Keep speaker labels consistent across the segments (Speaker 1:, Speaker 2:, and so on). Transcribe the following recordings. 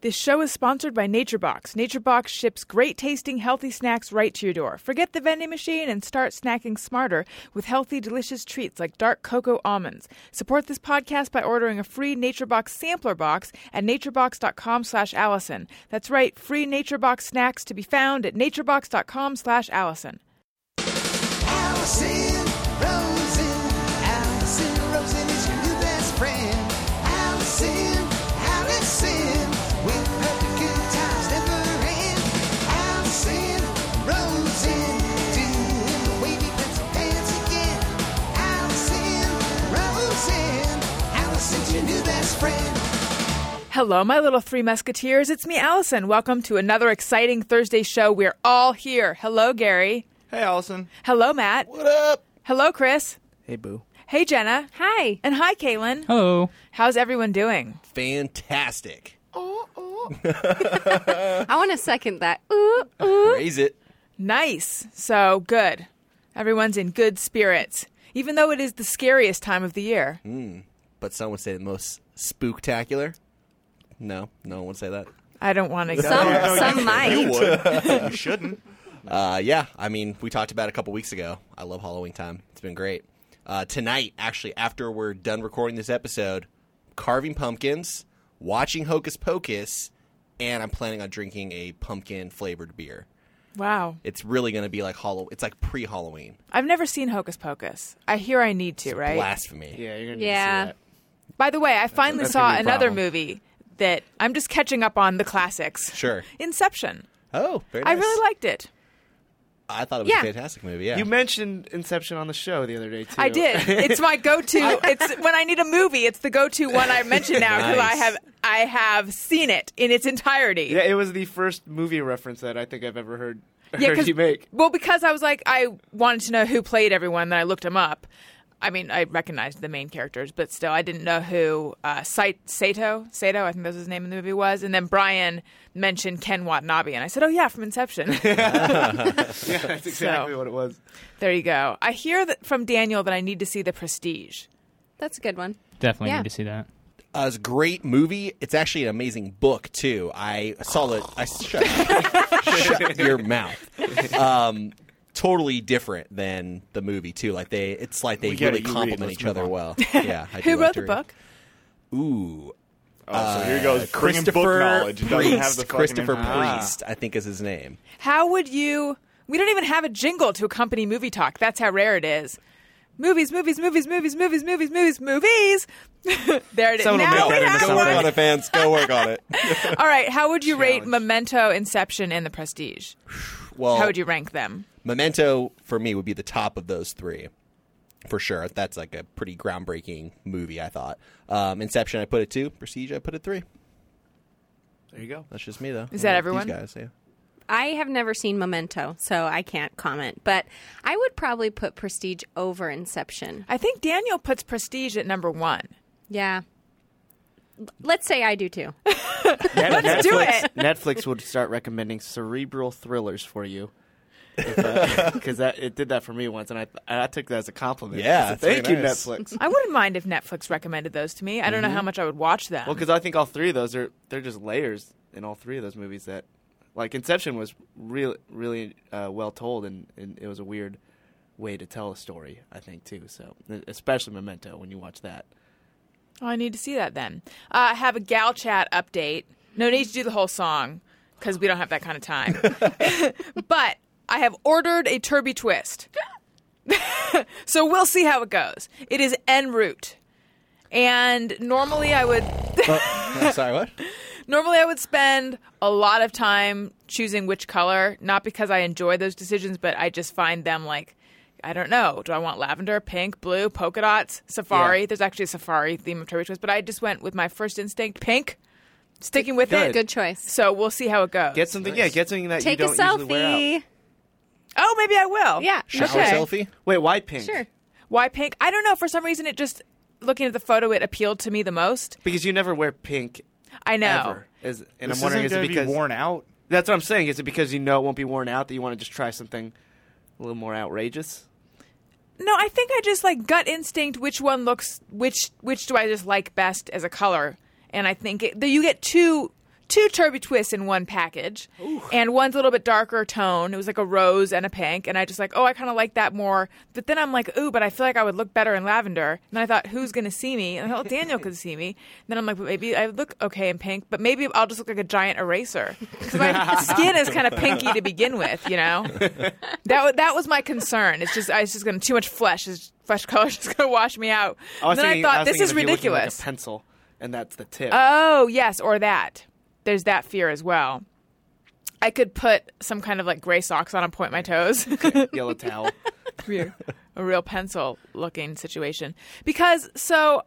Speaker 1: This show is sponsored by NatureBox. NatureBox ships great tasting, healthy snacks right to your door. Forget the vending machine and start snacking smarter with healthy, delicious treats like dark cocoa almonds. Support this podcast by ordering a free NatureBox sampler box at naturebox.com slash Allison. That's right, free NatureBox snacks to be found at naturebox.com slash Allison.
Speaker 2: Allison Rosen. Allison Rosen is your new best friend. Allison, Allison, with her the good times never end. Allison Rosen, doing the wavy pencil dance again. Allison Rosen, Allison's your new best friend.
Speaker 1: Hello, my little three musketeers. It's me, Allison. Welcome to another exciting Thursday show. We're all here. Hello, Gary.
Speaker 3: Hey, Allison.
Speaker 1: Hello, Matt. What up? Hello, Chris.
Speaker 3: Hey, Boo.
Speaker 1: Hey, Jenna.
Speaker 4: Hi.
Speaker 1: And hi, Caitlin.
Speaker 5: Hello.
Speaker 1: How's everyone doing?
Speaker 6: Fantastic.
Speaker 4: I want to second that. Ooh, ooh.
Speaker 3: Raise it.
Speaker 1: Nice. So good. Everyone's in good spirits, even though it is the scariest time of the year.
Speaker 6: But some would say the most spooktacular. No, no one would say that.
Speaker 1: I don't want to go.
Speaker 4: Some,
Speaker 1: there.
Speaker 4: some might.
Speaker 3: would. you shouldn't.
Speaker 6: Uh, yeah, I mean, we talked about it a couple weeks ago. I love Halloween time. It's been great. Uh, tonight, actually, after we're done recording this episode, carving pumpkins, watching Hocus Pocus, and I'm planning on drinking a pumpkin flavored beer.
Speaker 1: Wow.
Speaker 6: It's really going to be like Halloween. It's like pre Halloween.
Speaker 1: I've never seen Hocus Pocus. I hear I need to, right?
Speaker 6: Blasphemy.
Speaker 3: Yeah, you're gonna
Speaker 4: Yeah.
Speaker 3: Need to see
Speaker 1: By the way, I finally
Speaker 3: that's
Speaker 1: saw
Speaker 3: gonna be a
Speaker 1: another
Speaker 3: problem.
Speaker 1: movie that I'm just catching up on the classics.
Speaker 6: Sure.
Speaker 1: Inception.
Speaker 6: Oh, very
Speaker 1: I
Speaker 6: nice.
Speaker 1: really liked it.
Speaker 6: I thought it was
Speaker 4: Yeah.
Speaker 6: a fantastic movie. Yeah.
Speaker 3: that. You mentioned Inception on the show the other day too.
Speaker 1: I did. It's my go-to. It's when I need a movie. It's the go-to one I mention now because I
Speaker 6: Nice.
Speaker 1: have I have seen it in its entirety.
Speaker 3: yeah, it was the first movie reference that I think I've ever heard,
Speaker 1: Yeah,
Speaker 3: heard you make.
Speaker 1: Well, because I was like, I wanted to know who played everyone, then I looked them up. I mean, I recognized the main characters, but still, I didn't know who uh, Sai- Sato, Sato, I think that was his name in the movie, was. And then Brian mentioned Ken Watanabe, and I said, oh, yeah, from Inception.
Speaker 3: Yeah, that's exactly what it was.
Speaker 1: there you go. I hear that from Daniel that I need to see The Prestige.
Speaker 4: That's a good one.
Speaker 5: Definitely
Speaker 4: Yeah.
Speaker 5: need to see that.
Speaker 6: Uh, it's a great movie. It's actually an amazing book too. I saw it. I shut, shut your mouth. Um, totally different than the movie too. Like they, it's like they
Speaker 3: We get
Speaker 6: really
Speaker 3: it. You read it.
Speaker 6: complement
Speaker 3: Let's
Speaker 6: each
Speaker 3: move
Speaker 6: other
Speaker 3: on.
Speaker 6: well. Yeah. I do
Speaker 1: Who
Speaker 6: like
Speaker 1: wrote
Speaker 6: to
Speaker 1: the
Speaker 6: read.
Speaker 1: book?
Speaker 6: Ooh, Uh,
Speaker 7: Oh, so here goes bringing book
Speaker 6: Christopher
Speaker 7: knowledge. It doesn't
Speaker 6: Priest.
Speaker 7: have the fucking
Speaker 6: Christopher
Speaker 7: info.
Speaker 6: Priest, I think is his name.
Speaker 1: How would you? We don't even have a jingle to accompany movie talk. That's how rare it is. Movies, movies, movies, movies, movies, movies, movies, movies. there it is.
Speaker 3: Someone will
Speaker 1: Now
Speaker 3: make
Speaker 1: we
Speaker 3: that into
Speaker 1: have
Speaker 3: something.
Speaker 1: one.
Speaker 3: Someone-
Speaker 6: it, fans. Go work on it.
Speaker 1: All right. How would you rate
Speaker 3: Challenge.
Speaker 1: Memento, Inception, and The Prestige?
Speaker 6: Well,
Speaker 1: How would you rank them?
Speaker 6: Memento for me would be the top of those three, for sure. That's like a pretty groundbreaking movie. I thought um, Inception. I put it two. Prestige. I put it three.
Speaker 3: There you go.
Speaker 6: That's just me though.
Speaker 1: Is that
Speaker 6: These
Speaker 1: everyone?
Speaker 6: guys, yeah.
Speaker 4: I have never seen Memento, so I can't comment. But I would probably put Prestige over Inception.
Speaker 1: I think Daniel puts Prestige at number one.
Speaker 4: Yeah. L- Let's say I do too.
Speaker 3: Net- Netflix,
Speaker 1: do it.
Speaker 3: Netflix would start recommending cerebral thrillers for you. Because that it did that for me once, and I and I took that as a compliment.
Speaker 6: Yeah,
Speaker 3: I said,
Speaker 6: it's very
Speaker 3: thank you,
Speaker 6: nice.
Speaker 3: Netflix.
Speaker 1: I wouldn't mind if Netflix recommended those to me. I don't know how much I would watch them.
Speaker 3: Mm-hmm. Well, because I think all three of those are they're just layers in all three of those movies. That like Inception was really really uh, well told, and, and it was a weird way to tell a story. I think too. So e, especially Memento when you watch that.
Speaker 1: oh, I need to see that then. Uh, I have a gal chat update. No need to do the whole song because we don't have that kind of time. but I have ordered a Turby Twist. so we'll see how it goes. It is en route. And normally I would
Speaker 6: I'm Oh, sorry, what?
Speaker 1: Normally, I would spend a lot of time choosing which color, not because I enjoy those decisions, but I just find them like, I don't know. Do I want lavender, pink, blue, polka dots, safari?
Speaker 3: Yeah.
Speaker 1: There's actually a safari theme of Turbo Twist, but I just went with my first instinct, pink, sticking with it.
Speaker 4: Good choice.
Speaker 1: So we'll see how it goes.
Speaker 3: Get something, yeah, get something that
Speaker 4: Take
Speaker 3: you
Speaker 4: a
Speaker 3: don't usually wear out.
Speaker 4: selfie.
Speaker 1: oh, maybe I will.
Speaker 4: Yeah.
Speaker 6: Shower
Speaker 4: okay.
Speaker 6: selfie?
Speaker 3: Wait, why pink?
Speaker 4: Sure.
Speaker 1: Why pink? I don't know. For some reason, it just looking at the photo, it appealed to me the most.
Speaker 3: because you never wear pink.
Speaker 1: I know.
Speaker 3: Ever. Is, and
Speaker 7: this
Speaker 3: I'm wondering
Speaker 7: isn't
Speaker 3: is it
Speaker 7: going to
Speaker 3: because
Speaker 7: be worn out.
Speaker 3: that's what I'm saying? Is it because you know it won't be worn out that you want to just try something a little more outrageous?
Speaker 1: No, I think I just like gut instinct. Which one looks? Which which do I just like best as a color? And I think it, that you get two two turby twists in one package, and one's a little bit darker tone. It was like a rose and a pink, and I just like, oh, I kind of like that more. But then I'm like, ooh, but I feel like I would look better in lavender. And then I thought, who's gonna see me? And I thought Daniel could see me. And then I'm like, but maybe I look okay in pink, but maybe I'll just look like a giant eraser because my skin is kind of pinky to begin with, you know. That wa- that was my concern. It's just I was just going to too much flesh. Is flesh color is just going to wash me out?
Speaker 3: I was
Speaker 1: and then
Speaker 3: thinking,
Speaker 1: I thought
Speaker 3: was
Speaker 1: this
Speaker 3: thinking
Speaker 1: is
Speaker 3: of you looking like
Speaker 1: ridiculous.
Speaker 3: a pencil, and that's the tip.
Speaker 1: oh yes, or that. There's that fear as well. I could put some kind of like gray socks on and point my toes.
Speaker 3: Yellow towel.
Speaker 1: a real pencil looking situation. Because, so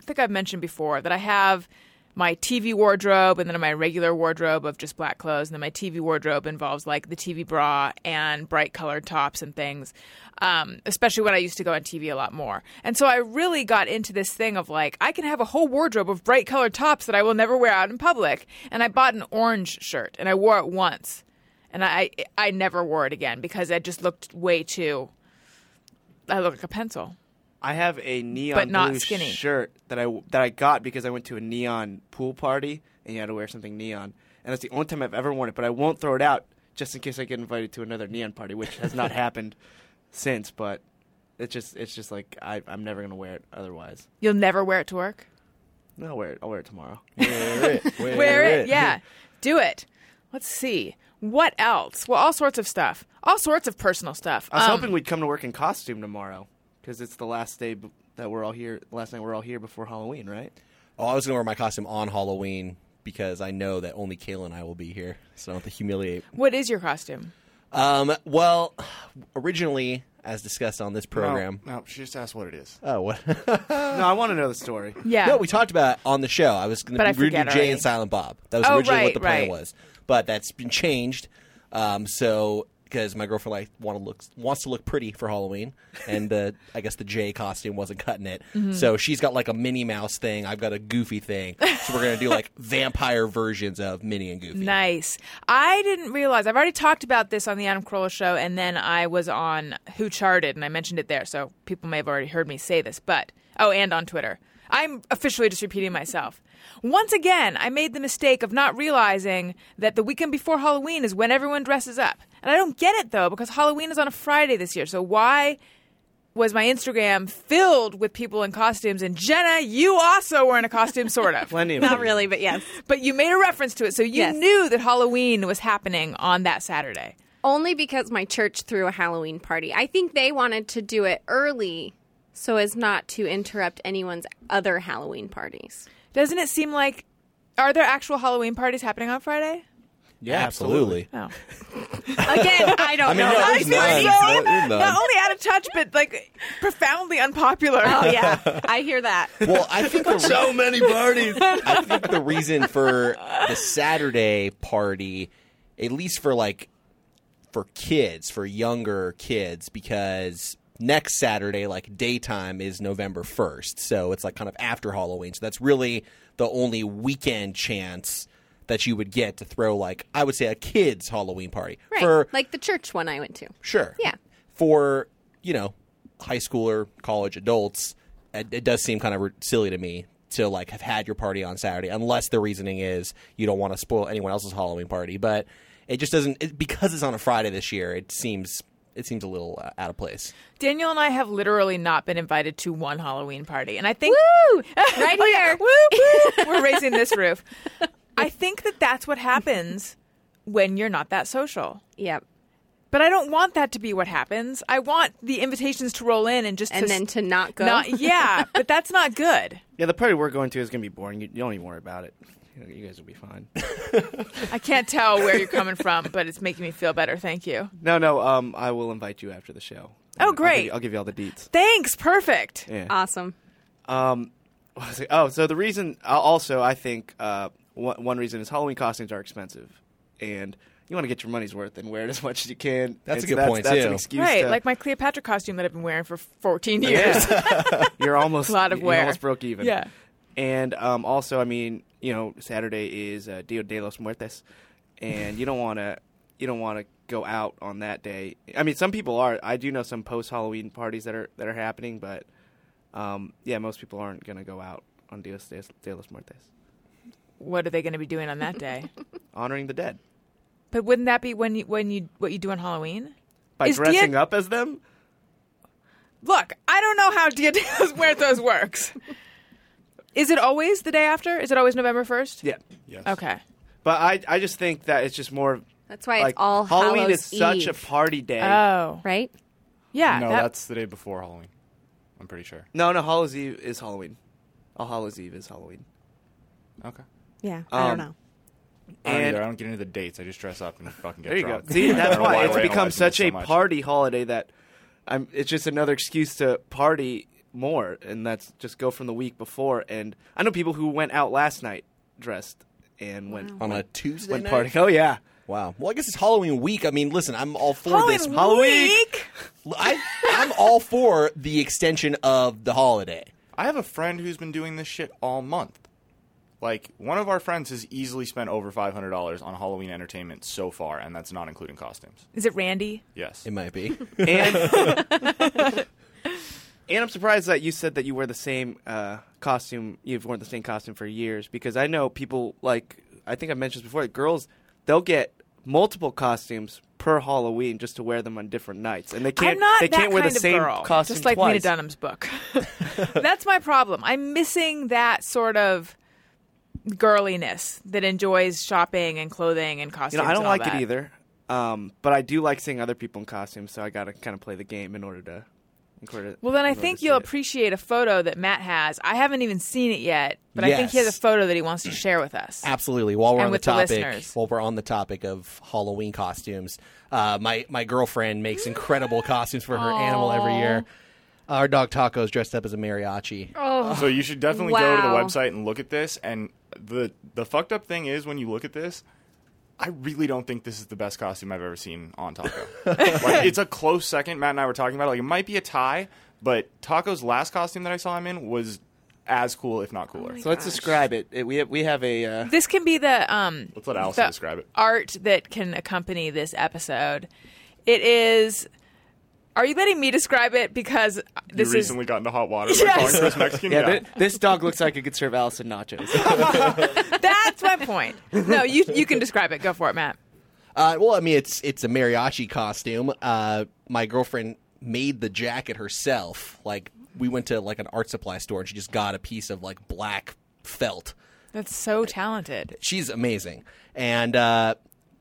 Speaker 1: I think I've mentioned before that I have my TV wardrobe and then my regular wardrobe of just black clothes. And then my TV wardrobe involves like the TV bra and bright colored tops and things, um, especially when I used to go on TV a lot more. And so I really got into this thing of like, I can have a whole wardrobe of bright colored tops that I will never wear out in public. And I bought an orange shirt and I wore it once. And I, I never wore it again because I just looked way too I look like a pencil.
Speaker 3: I have a neon
Speaker 1: But not
Speaker 3: blue
Speaker 1: skinny.
Speaker 3: shirt that I that I got because I went to a neon pool party and you had to wear something neon. And that's the only time I've ever worn it, but I won't throw it out just in case I get invited to another neon party, which has not happened since, but it's just it's just like I I'm never going to wear it otherwise.
Speaker 1: You'll never wear it to work.
Speaker 3: No, I'll wear it. I'll wear it tomorrow.
Speaker 1: Wear it, yeah. Do it. Let's see what else. Well, all sorts of stuff. All sorts of personal stuff.
Speaker 3: I was
Speaker 1: Um,
Speaker 3: hoping we'd come to work in costume tomorrow cuz it's the last day b- that we're all here last night we're all here before Halloween, right?
Speaker 6: Oh, I was going to wear my costume on Halloween because I know that only Kayla and I will be here, so I don't have to humiliate.
Speaker 1: What is your costume?
Speaker 6: Um, well, originally, as discussed on this program.
Speaker 7: No, no, she just asked what it is.
Speaker 6: Oh, what?
Speaker 3: No, I want to know the story.
Speaker 1: Yeah.
Speaker 6: No, we talked about it on the show. I was going
Speaker 1: But I
Speaker 6: to do Jay
Speaker 1: forget already.
Speaker 6: and Silent Bob. That was
Speaker 1: Oh,
Speaker 6: originally
Speaker 1: right,
Speaker 6: what the plan
Speaker 1: right.
Speaker 6: was, but that's been changed. Um, so because my girlfriend like want to look wants to look pretty for Halloween, and the I guess the Jay costume wasn't cutting it.
Speaker 1: Mm-hmm.
Speaker 6: So she's got like a Minnie Mouse thing. I've got a Goofy thing. So we're gonna do like vampire versions of Minnie and Goofy.
Speaker 1: Nice. I didn't realize. I've already talked about this on the Adam Carolla show, and then I was on Who Charted, and I mentioned it there, so people may have already heard me say this. But oh, and on Twitter, I'm officially just repeating myself. Once again, I made the mistake of not realizing that the weekend before Halloween is when everyone dresses up, and I don't get it though because Halloween is on a Friday this year. So why? Was my Instagram filled with people in costumes? And Jenna, you also were in a costume, sort of.
Speaker 3: Plenty of
Speaker 4: Not
Speaker 3: them.
Speaker 4: really, but yes.
Speaker 1: But you made a reference to it, so you
Speaker 4: Yes.
Speaker 1: knew that Halloween was happening on that Saturday.
Speaker 4: Only because my church threw a Halloween party. I think they wanted to do it early so as not to interrupt anyone's other Halloween parties.
Speaker 1: Doesn't it seem like are there actual Halloween parties happening on Friday?
Speaker 6: Yeah, absolutely.
Speaker 1: Oh.
Speaker 4: Again, I don't
Speaker 6: mean,
Speaker 4: know.
Speaker 6: no,
Speaker 1: I
Speaker 6: There's
Speaker 1: feel
Speaker 6: none.
Speaker 1: so
Speaker 6: No, there's none.
Speaker 1: not only out of touch, but like profoundly unpopular.
Speaker 4: Oh, yeah. I hear that.
Speaker 6: Well, I think the
Speaker 7: So many parties.
Speaker 6: I think the reason for the Saturday party, at least for like for kids, for younger kids, because next Saturday, like daytime, is November first, so it's like kind of after Halloween. So that's really the only weekend chance that you would get to throw like I would say a kids Halloween party
Speaker 4: Right.
Speaker 6: for
Speaker 4: like the church one I went to.
Speaker 6: Sure.
Speaker 4: Yeah.
Speaker 6: For, you know, high schooler, college adults, it, it does seem kind of silly to me to like have had your party on Saturday unless the reasoning is you don't want to spoil anyone else's Halloween party, but it just doesn't it, because it's on a Friday this year, it seems it seems a little uh, out of place.
Speaker 1: Daniel and I have literally not been invited to one Halloween party, and I think
Speaker 4: Right
Speaker 1: Oh, yeah.
Speaker 4: here.
Speaker 1: Woo, woo. We're raising this roof. I think that that's what happens when you're not that social.
Speaker 4: Yep.
Speaker 1: But I don't want that to be what happens. I want the invitations to roll in and just
Speaker 4: And
Speaker 1: to
Speaker 4: then to not go.
Speaker 1: Not, yeah, but that's not good.
Speaker 3: Yeah, the party we're going to is going to be boring. You, you don't even worry about it. You, know, you guys will be fine.
Speaker 1: I can't tell where you're coming from, but it's making me feel better. Thank you.
Speaker 3: No, no. Um, I will invite you after the show.
Speaker 1: Oh,
Speaker 3: I'll give
Speaker 1: great. Uh,
Speaker 3: you- I'll give you, all the deets.
Speaker 1: Thanks. Perfect.
Speaker 3: Yeah.
Speaker 4: Awesome.
Speaker 3: What was it? oh, so the reason uh, also I think uh, one, one reason is Halloween costumes are expensive, and you want to get your money's worth and wear it as much as you can.
Speaker 6: That's a
Speaker 3: It's-
Speaker 6: good point,
Speaker 3: that's
Speaker 6: too.
Speaker 3: An excuse
Speaker 1: Right,
Speaker 3: to-
Speaker 1: like my Cleopatra costume that I've been wearing for 14 years.
Speaker 3: Yeah. you're almost
Speaker 1: A lot of
Speaker 3: you
Speaker 1: wear.
Speaker 3: almost broke even.
Speaker 1: Yeah.
Speaker 3: And um, also, I mean, you know, Saturday is uh, Dia de los Muertos, and you don't want to you don't want to go out on that day. I mean, some people are. I do know some post Halloween parties that are that are happening, but um, yeah, most people aren't going to go out on Dia de de los Muertos,
Speaker 1: What are they going to be doing on that day?
Speaker 3: honoring the dead
Speaker 1: but wouldn't that be when you, when you what you do on Halloween?
Speaker 3: by
Speaker 1: Is Dia-
Speaker 3: dressing up as them.
Speaker 1: Look, I don't know how Dia de los Muertos works. Is it always the day after? Is it always November 1st?
Speaker 3: Yeah.
Speaker 7: Yes.
Speaker 1: Okay.
Speaker 3: But I, I just think that it's just more
Speaker 4: That's why
Speaker 3: like
Speaker 4: it's all
Speaker 3: Halloween
Speaker 4: Hallows
Speaker 3: is such a
Speaker 4: Eve,
Speaker 3: party day.
Speaker 1: Oh.
Speaker 4: right?
Speaker 1: Yeah.
Speaker 7: No,
Speaker 1: that-
Speaker 7: that's the day before Halloween. I'm pretty sure.
Speaker 3: No, no, Hallows Eve is Halloween. All Hallows Eve is Halloween.
Speaker 7: Okay.
Speaker 4: Yeah, I don't
Speaker 3: Um,
Speaker 4: know.
Speaker 7: I don't
Speaker 3: And-
Speaker 7: either. I don't get into the dates. I just dress up and fucking get
Speaker 3: There you go.
Speaker 7: drunk.
Speaker 3: See,
Speaker 7: I don't
Speaker 3: that's
Speaker 7: know
Speaker 3: why
Speaker 7: I
Speaker 3: it's
Speaker 7: rationalize
Speaker 3: become
Speaker 7: it
Speaker 3: such
Speaker 7: so
Speaker 3: a
Speaker 7: much.
Speaker 3: party holiday that I'm. It's just another excuse to party more, and that's just go from the week before. And I know people who went out last night dressed and went
Speaker 1: Oh,
Speaker 6: on a Tuesday
Speaker 3: went
Speaker 6: night?
Speaker 3: partying. Oh yeah,
Speaker 6: Wow. Well, I guess it's Halloween week. I mean, listen, I'm all for
Speaker 1: Halloween
Speaker 6: this.
Speaker 1: Oh, week?
Speaker 6: I, I'm all for the extension of the holiday.
Speaker 7: I have a friend who's been doing this shit all month. Like one of our friends has easily spent over five hundred dollars on Halloween entertainment so far, and that's not including costumes.
Speaker 1: Is it Randy?
Speaker 7: Yes.
Speaker 6: It might be.
Speaker 3: and and I'm surprised that you said that you wear the same uh, costume. You've worn the same costume for years because I know people like I think I mentioned this before. Like girls, they'll get multiple costumes per Halloween just to wear them on different nights, and they can't.
Speaker 1: I'm not
Speaker 3: they
Speaker 1: that
Speaker 3: can't wear
Speaker 1: kind
Speaker 3: the
Speaker 1: of
Speaker 3: same
Speaker 1: girl,
Speaker 3: costume
Speaker 1: just like
Speaker 3: twice.
Speaker 1: Lena Dunham's book. That's my problem. I'm missing that sort of girliness that enjoys shopping and clothing and costumes.
Speaker 3: You know, I don't
Speaker 1: and all
Speaker 3: like
Speaker 1: that.
Speaker 3: it either, um, but I do like seeing other people in costumes, so I got to kind of play the game in order to. in order to-
Speaker 1: Well, then
Speaker 3: in
Speaker 1: I
Speaker 3: order
Speaker 1: think
Speaker 3: to see
Speaker 1: you'll
Speaker 3: it.
Speaker 1: appreciate a photo that Matt has. I haven't even seen it yet, but I think he has a
Speaker 6: Yes.
Speaker 1: photo that he wants to share with us.
Speaker 6: Absolutely. While we're
Speaker 1: And
Speaker 6: on the
Speaker 1: with the
Speaker 6: topic,
Speaker 1: listeners.
Speaker 6: while we're on the topic of Halloween costumes, uh, my my girlfriend makes incredible costumes for her animal every year. Our dog Taco is dressed up as a mariachi.
Speaker 1: Oh.
Speaker 7: So you should definitely go to the
Speaker 4: Wow.
Speaker 7: website and look at this. And the the fucked up thing is when you look at this, I really don't think this is the best costume I've ever seen on Taco. like, it's a close second. Matt and I were talking about it. Like it might be a tie, but Taco's last costume that I saw him in was as cool, if not
Speaker 1: Oh
Speaker 7: cooler.
Speaker 3: So let's describe it. It- We have we have a. Uh,
Speaker 1: This can be the um,
Speaker 7: Let's let Allison
Speaker 1: the
Speaker 7: describe it.
Speaker 1: art that can accompany this episode. It is. Are you letting me describe it? Because this
Speaker 7: you
Speaker 1: is
Speaker 7: recently got into hot water by
Speaker 1: Yes.
Speaker 7: calling Chris Mexican.
Speaker 3: yeah, thi- this dog looks like it could serve Allison nachos.
Speaker 1: that's my point. No, you you can describe it. Go for it, Matt.
Speaker 6: Uh, well, I mean, it's it's a mariachi costume. Uh, my girlfriend made the jacket herself. Like we went to like an art supply store and she just got a piece of like black felt.
Speaker 1: That's so talented.
Speaker 6: She's amazing. And uh,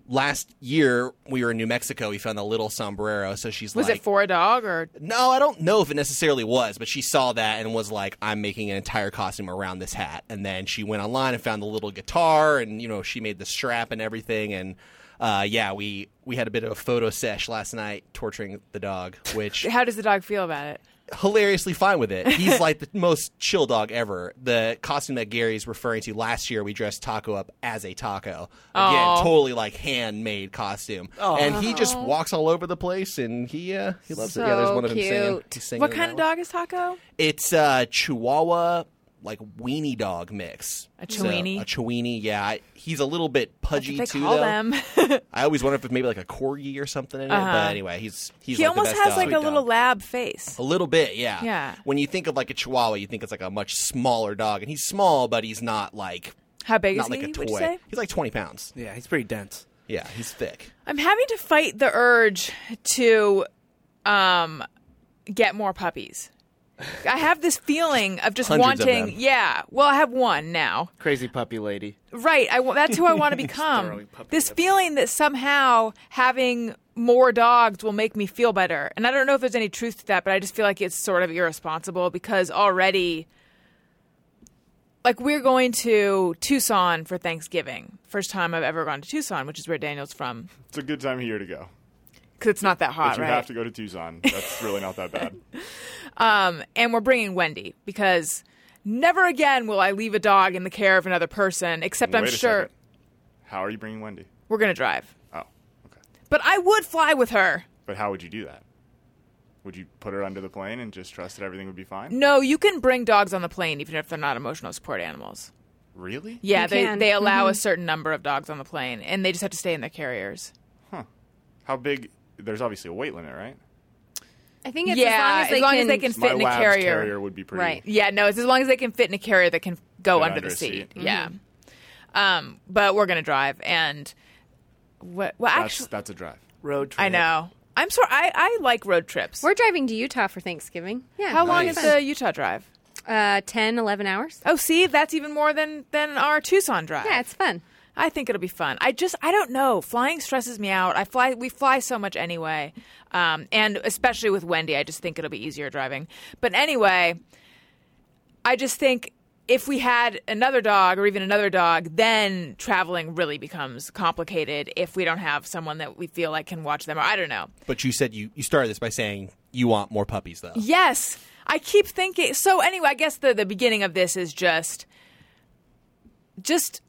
Speaker 6: last year we were in New Mexico. We found the little sombrero. So she's
Speaker 1: Was
Speaker 6: like,
Speaker 1: it for a dog or
Speaker 6: No, I don't know if it necessarily was, but she saw that and was like, I'm making an entire costume around this hat. And then she went online and found the little guitar and, you know, she made the strap and everything. And uh, yeah, we, we had a bit of a photo sesh last night torturing the dog, which
Speaker 1: how does the dog feel about it?
Speaker 6: hilariously fine with it. He's like the most chill dog ever. The costume that Gary's referring to last year, we dressed Taco up as a taco. Again,
Speaker 1: Aw.
Speaker 6: totally like handmade costume. And he just walks all over the place and he uh, he loves it. Yeah, there's
Speaker 4: So
Speaker 6: one of him singing.
Speaker 4: cute.
Speaker 6: He's singing
Speaker 1: What
Speaker 6: in
Speaker 1: kind
Speaker 6: that
Speaker 1: of
Speaker 6: one.
Speaker 1: dog is Taco?
Speaker 6: It's a Chihuahua, like weenie dog mix.
Speaker 1: A Chiweenie?
Speaker 6: So, a Chiweenie, yeah. I- He's a little bit pudgy
Speaker 1: They
Speaker 6: too.
Speaker 1: call
Speaker 6: though.
Speaker 1: them.
Speaker 6: I always wonder if it's maybe like a corgi or something in it. But anyway, he's
Speaker 1: Uh-huh. he
Speaker 6: he's like the
Speaker 1: almost
Speaker 6: best
Speaker 1: has
Speaker 6: dog. Oh,
Speaker 1: like a
Speaker 6: Sweet
Speaker 1: little
Speaker 6: dog.
Speaker 1: lab face.
Speaker 6: A little bit, yeah.
Speaker 1: Yeah.
Speaker 6: When you think of like a Chihuahua, you think it's like a much smaller dog, and he's small, but he's not like
Speaker 1: How big
Speaker 6: not
Speaker 1: is
Speaker 6: like
Speaker 1: he?
Speaker 6: a
Speaker 1: Would you
Speaker 6: toy.
Speaker 1: say?
Speaker 6: He's like twenty pounds.
Speaker 3: yeah, he's pretty dense.
Speaker 6: Yeah, he's thick.
Speaker 1: I'm having to fight the urge to um, get more puppies. I have this feeling of just
Speaker 6: Hundreds of
Speaker 1: wanting.
Speaker 6: them.
Speaker 1: Yeah. Well, I have one now.
Speaker 3: Crazy puppy lady.
Speaker 1: Right. I, wa- that's who I want to become.
Speaker 3: throwing puppy
Speaker 1: this
Speaker 3: lips.
Speaker 1: feeling that somehow having more dogs will make me feel better. And I don't know if there's any truth to that, but I just feel like it's sort of irresponsible because already, like, we're going to Tucson for Thanksgiving. First time I've ever gone to Tucson, which is where Daniel's from,
Speaker 7: It's a good time of year to go.
Speaker 1: because it's not that hot,
Speaker 7: But you
Speaker 1: right?
Speaker 7: have to go to Tucson. That's really not that bad.
Speaker 1: and we're bringing Wendy because never again will I leave a dog in the care of another person, except I'm
Speaker 7: Wait a
Speaker 1: sure
Speaker 7: second. How are you bringing Wendy?
Speaker 1: we're going to drive.
Speaker 7: Oh,
Speaker 1: But I would fly with her.
Speaker 7: But how would you do that? Would you put her under the plane and just trust that everything would be fine?
Speaker 1: No, you can bring dogs on the plane even if they're not emotional support animals.
Speaker 7: Really?
Speaker 1: Yeah,
Speaker 4: You
Speaker 1: they
Speaker 4: can.
Speaker 1: they allow a certain number of dogs on the plane, and they just have to stay in their carriers.
Speaker 7: How big? There's obviously a weight limit, right?
Speaker 4: I think it's
Speaker 1: yeah,
Speaker 4: as long as they can.
Speaker 1: fit in a
Speaker 7: lab's
Speaker 1: carrier.
Speaker 7: would be pretty.
Speaker 4: Right.
Speaker 1: Yeah, no, it's as long as they can fit in a carrier that can go
Speaker 7: Fit
Speaker 1: under,
Speaker 7: under
Speaker 1: the
Speaker 7: a
Speaker 1: seat.
Speaker 7: seat.
Speaker 1: Yeah. Um, but we're gonna drive, and what? Well,
Speaker 7: That's
Speaker 1: actually,
Speaker 7: that's a drive.
Speaker 3: Road trip.
Speaker 1: I know. I'm sorry. I, I like road trips.
Speaker 4: We're driving to Utah for Thanksgiving. Yeah.
Speaker 1: How long
Speaker 6: Nice.
Speaker 1: is the Utah drive?
Speaker 4: Uh, 10, 11 hours.
Speaker 1: Oh, see, that's even more than than our Tucson drive.
Speaker 4: Yeah, it's fun.
Speaker 1: I think it'll be fun. I just I don't know. Flying stresses me out. I fly we fly so much anyway, um, and especially with Wendy, I just think it'll be easier driving. But anyway, I just think if we had another dog or even another dog, then traveling really becomes complicated if we don't have someone that we feel like can watch them. Or I don't know.
Speaker 6: But you said you, you started this by saying you want more puppies, though.
Speaker 1: Yes, I keep thinking. So anyway, I guess the the beginning of this is just, just.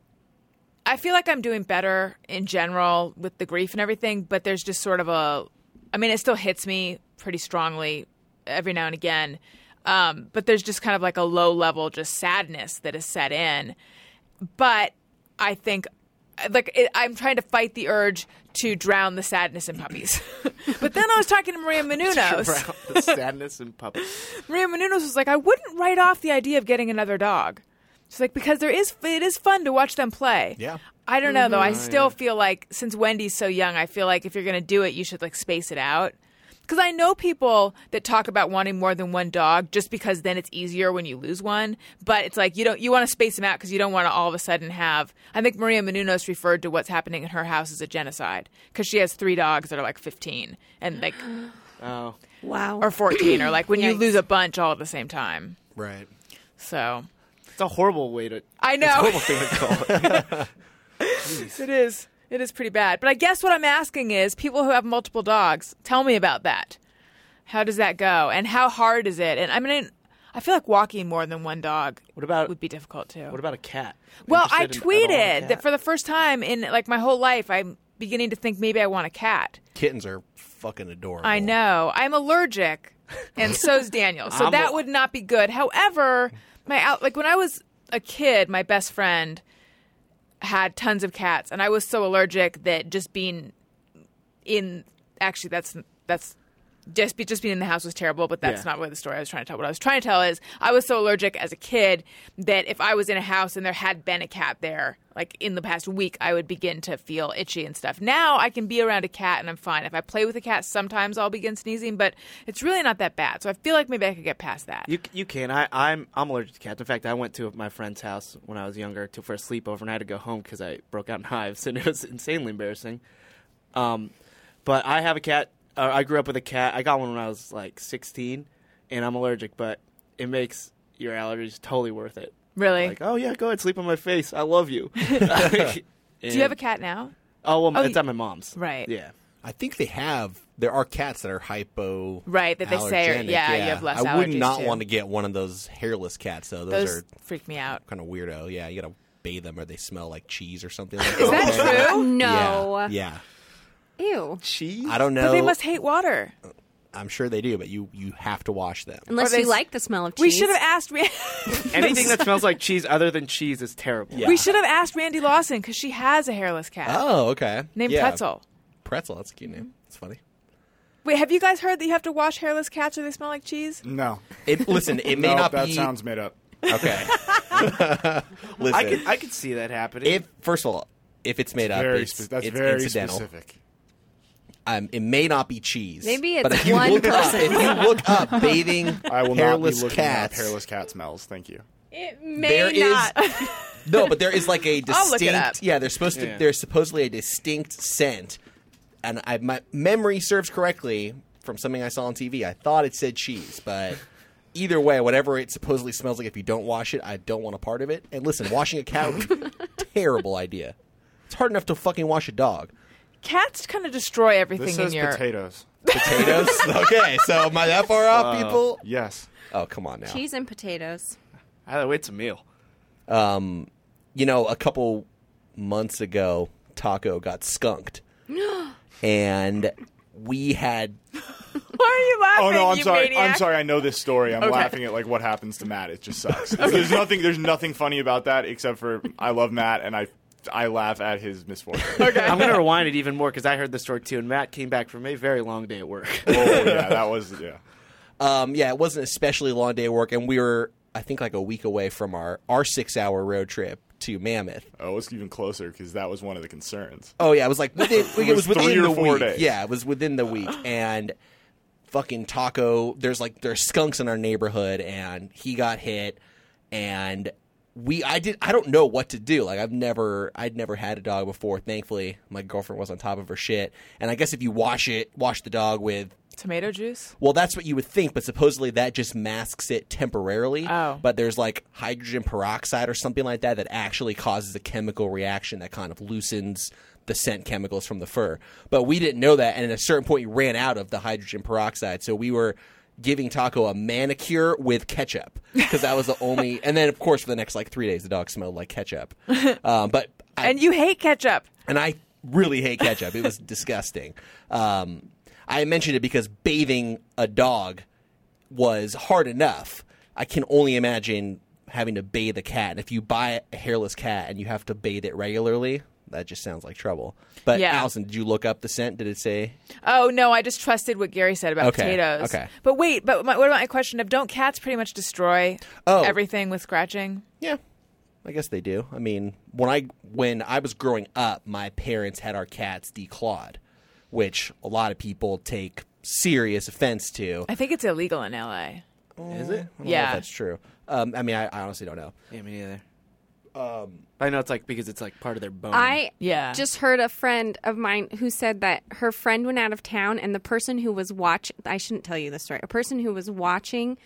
Speaker 1: I feel like I'm doing better in general with the grief and everything, but there's just sort of a. I mean, it still hits me pretty strongly every now and again, um, but there's just kind of like a low level just sadness that is set in. But I think. Like it, I'm trying to fight the urge to drown the sadness in puppies, but then I was talking to Maria Menounos,
Speaker 3: the sadness and puppies.
Speaker 1: Maria Menounos was like, I wouldn't write off the idea of getting another dog. She's like, because there is, it is fun to watch them play.
Speaker 6: Yeah.
Speaker 1: I don't know though. I still feel like since Wendy's so young, I feel like if you're going to do it, you should like space it out. Because I know people that talk about wanting more than one dog just because then it's easier when you lose one. But it's like you don't you want to space them out because you don't want to all of a sudden have. I think Maria Menounos referred to what's happening in her house as a genocide because she has three dogs that are like 15 and like
Speaker 3: Oh,
Speaker 4: Wow.
Speaker 1: or 14 or like when you
Speaker 4: Yikes.
Speaker 1: lose a bunch all at the same time.
Speaker 6: Right.
Speaker 1: So
Speaker 3: it's a horrible way to.
Speaker 1: I know
Speaker 3: thing to call it.
Speaker 1: it is. It is pretty bad. But I guess what I'm asking is people who have multiple dogs, tell me about that. How does that go? And how hard is it? And I mean, I feel like walking more than one dog
Speaker 3: What about-
Speaker 1: would be difficult too.
Speaker 3: What about a cat?
Speaker 1: well, I
Speaker 3: Interested in- I don't want a
Speaker 1: tweeted that
Speaker 3: cat.
Speaker 1: for the first time in like my whole life, I'm beginning to think maybe I want a cat.
Speaker 6: Kittens are fucking adorable.
Speaker 1: I know. I'm allergic, and so's Daniel. So
Speaker 3: I'm
Speaker 1: that
Speaker 3: a-
Speaker 1: would not be good. However, my out like when I was a kid, my best friend had tons of cats, and I was so allergic that just being in actually that's that's just be, just being in the house was terrible, but that's
Speaker 3: Yeah.
Speaker 1: not what the story I was trying to tell. What I was trying to tell is I was so allergic as a kid that if I was in a house and there had been a cat there, like in the past week, I would begin to feel itchy and stuff. Now I can be around a cat and I'm fine. If I play with a cat, sometimes I'll begin sneezing, but it's really not that bad. So I feel like maybe I could get past that.
Speaker 3: You you can. I I'm I'm allergic to cats. In fact, I went to my friend's house when I was younger to for a sleepover, and I had to go home because I broke out in hives, and it was insanely embarrassing. Um, but I have a cat. Uh, I grew up with a cat. I got one when I was like 16, and I'm allergic, but it makes your allergies totally worth it.
Speaker 1: really?
Speaker 3: Like, oh yeah, go ahead, sleep on my face. I love you.
Speaker 1: Do you have a cat now?
Speaker 3: Oh well,
Speaker 1: Oh,
Speaker 3: it's
Speaker 1: y-
Speaker 3: at my mom's.
Speaker 1: Right.
Speaker 3: Yeah.
Speaker 6: I think they have. There are cats that are hypo.
Speaker 1: Right, that they say are-
Speaker 6: allergenic,
Speaker 1: yeah, you have less
Speaker 6: I would
Speaker 1: allergies,
Speaker 6: not
Speaker 1: too.
Speaker 6: want to get one of those hairless cats though. Those,
Speaker 1: Those
Speaker 6: are
Speaker 1: freak me out.
Speaker 6: kind of weirdo. Yeah, you gotta bathe them or they smell like cheese or something.
Speaker 1: Is that true?
Speaker 4: No.
Speaker 6: Yeah, yeah.
Speaker 4: Ew.
Speaker 3: Cheese.
Speaker 6: I don't know.
Speaker 1: But they must hate water.
Speaker 6: I'm sure they do, but you you have to wash them.
Speaker 4: Unless
Speaker 1: Or they
Speaker 4: you
Speaker 1: s-
Speaker 4: like the smell of cheese.
Speaker 1: We should have asked. Ra-
Speaker 3: Anything that smells like cheese other than cheese is terrible.
Speaker 6: Yeah.
Speaker 1: We should have asked Randy Lawson because she has a hairless cat
Speaker 6: Oh, okay.
Speaker 1: named
Speaker 6: Yeah.
Speaker 1: Pretzel.
Speaker 6: Pretzel. That's a cute name. It's funny.
Speaker 1: Wait, have you guys heard that you have to wash hairless cats or they smell like cheese?
Speaker 7: No.
Speaker 6: It, listen, it may
Speaker 7: no,
Speaker 6: not
Speaker 7: that
Speaker 6: be
Speaker 7: sounds made up.
Speaker 6: okay. listen,
Speaker 3: I could I could see that happening.
Speaker 6: if first of all, if it's made up,
Speaker 7: Very
Speaker 6: it's,
Speaker 7: spe- that's
Speaker 6: it's
Speaker 7: very
Speaker 6: incidental.
Speaker 7: specific.
Speaker 6: Um, it may not be cheese.
Speaker 4: Maybe it's
Speaker 6: but if you
Speaker 4: one
Speaker 6: look up,
Speaker 4: person.
Speaker 6: if you look up bathing
Speaker 7: I will
Speaker 6: hairless
Speaker 7: not be looking
Speaker 6: cats,
Speaker 7: up hairless cat smells. Thank you.
Speaker 4: It
Speaker 6: There
Speaker 4: may
Speaker 6: is
Speaker 1: Uh,
Speaker 4: not.
Speaker 6: no, but there is like a
Speaker 1: I'll look it up.
Speaker 6: distinct. Yeah, there's supposed to.
Speaker 3: Yeah.
Speaker 6: There's supposedly a distinct scent, and I, my memory serves correctly from something I saw on TV. I thought it said cheese, but either way, whatever it supposedly smells like, if you don't wash it, I don't want a part of it. And listen, washing a cat, would be a terrible idea. It's hard enough to fucking wash a dog.
Speaker 1: Cats kind of destroy everything
Speaker 7: This
Speaker 1: in
Speaker 7: says
Speaker 1: your.
Speaker 7: potatoes.
Speaker 6: Potatoes. okay, so am I that far off, people?
Speaker 7: Yes.
Speaker 6: Uh, Oh, come on now.
Speaker 4: Cheese and potatoes.
Speaker 3: Either way, it's a meal.
Speaker 6: you know, a couple months ago, Taco got skunked. and we had
Speaker 1: Why are you
Speaker 7: Oh
Speaker 1: laughing?
Speaker 7: no, I'm
Speaker 1: you
Speaker 7: sorry.
Speaker 1: Maniac?
Speaker 7: I'm sorry. I know this story. I'm laughing at like what happens to Matt. It just sucks. There's nothing. There's nothing funny about that except for I love Matt and I I laugh at his misfortune.
Speaker 3: I'm gonna rewind it even more because I heard the story too, and Matt came back from a very long day at work.
Speaker 7: oh yeah, that was yeah.
Speaker 6: um, yeah, it wasn't an especially long day of work, and we were, I think, like a week away from our our six hour road trip to Mammoth.
Speaker 7: Oh, it's even closer because that was one of the concerns.
Speaker 6: Oh yeah, it was like within, it, was
Speaker 7: was
Speaker 6: within
Speaker 7: three or
Speaker 6: the
Speaker 7: four
Speaker 6: week.
Speaker 7: days.
Speaker 6: Yeah, it was within the week, and fucking Taco. There's like there's skunks in our neighborhood, and he got hit, and we I did I don't know what to do. Like I've never I'd never had a dog before. Thankfully, my girlfriend was on top of her shit, and I guess if you wash it, wash the dog with
Speaker 1: Tomato juice.
Speaker 6: Well, that's what you would think, but supposedly that just masks it temporarily.
Speaker 1: Oh.
Speaker 6: But there's like hydrogen peroxide or something like that that actually causes a chemical reaction that kind of loosens the scent chemicals from the fur. But we didn't know that, and at a certain point, you ran out of the hydrogen peroxide, so we were giving Taco a manicure with ketchup because that was the only. and then, of course, for the next like three days, the dog smelled like ketchup. um, but I,
Speaker 1: and you hate ketchup.
Speaker 6: and I really hate ketchup. It was disgusting. Um, I mentioned it because bathing a dog was hard enough. I can only imagine having to bathe a cat. And if you buy a hairless cat and you have to bathe it regularly, that just sounds like trouble. But
Speaker 1: Yeah.
Speaker 6: Allison, did you look up the scent? Did it say?
Speaker 1: Oh no, I just trusted what Gary said about
Speaker 6: Okay,
Speaker 1: potatoes.
Speaker 6: okay.
Speaker 1: But wait, but my, what about my question of don't cats pretty much destroy
Speaker 6: Oh.
Speaker 1: everything with scratching?
Speaker 6: Yeah. I guess they do. I mean, when I when I was growing up, my parents had our cats declawed, which a lot of people take serious offense to.
Speaker 1: I think it's illegal in LA.
Speaker 3: Is it?
Speaker 6: I don't know if
Speaker 1: Yeah.
Speaker 6: that's true. Um, I mean, I, I honestly don't know.
Speaker 3: Yeah, me neither. Um,
Speaker 6: Um,
Speaker 3: I know it's like because it's like part of their bone.
Speaker 4: I
Speaker 1: Um, Yeah.
Speaker 4: just heard a friend of mine who said that her friend went out of town and the person who was watch I shouldn't tell you this story. A person who was watching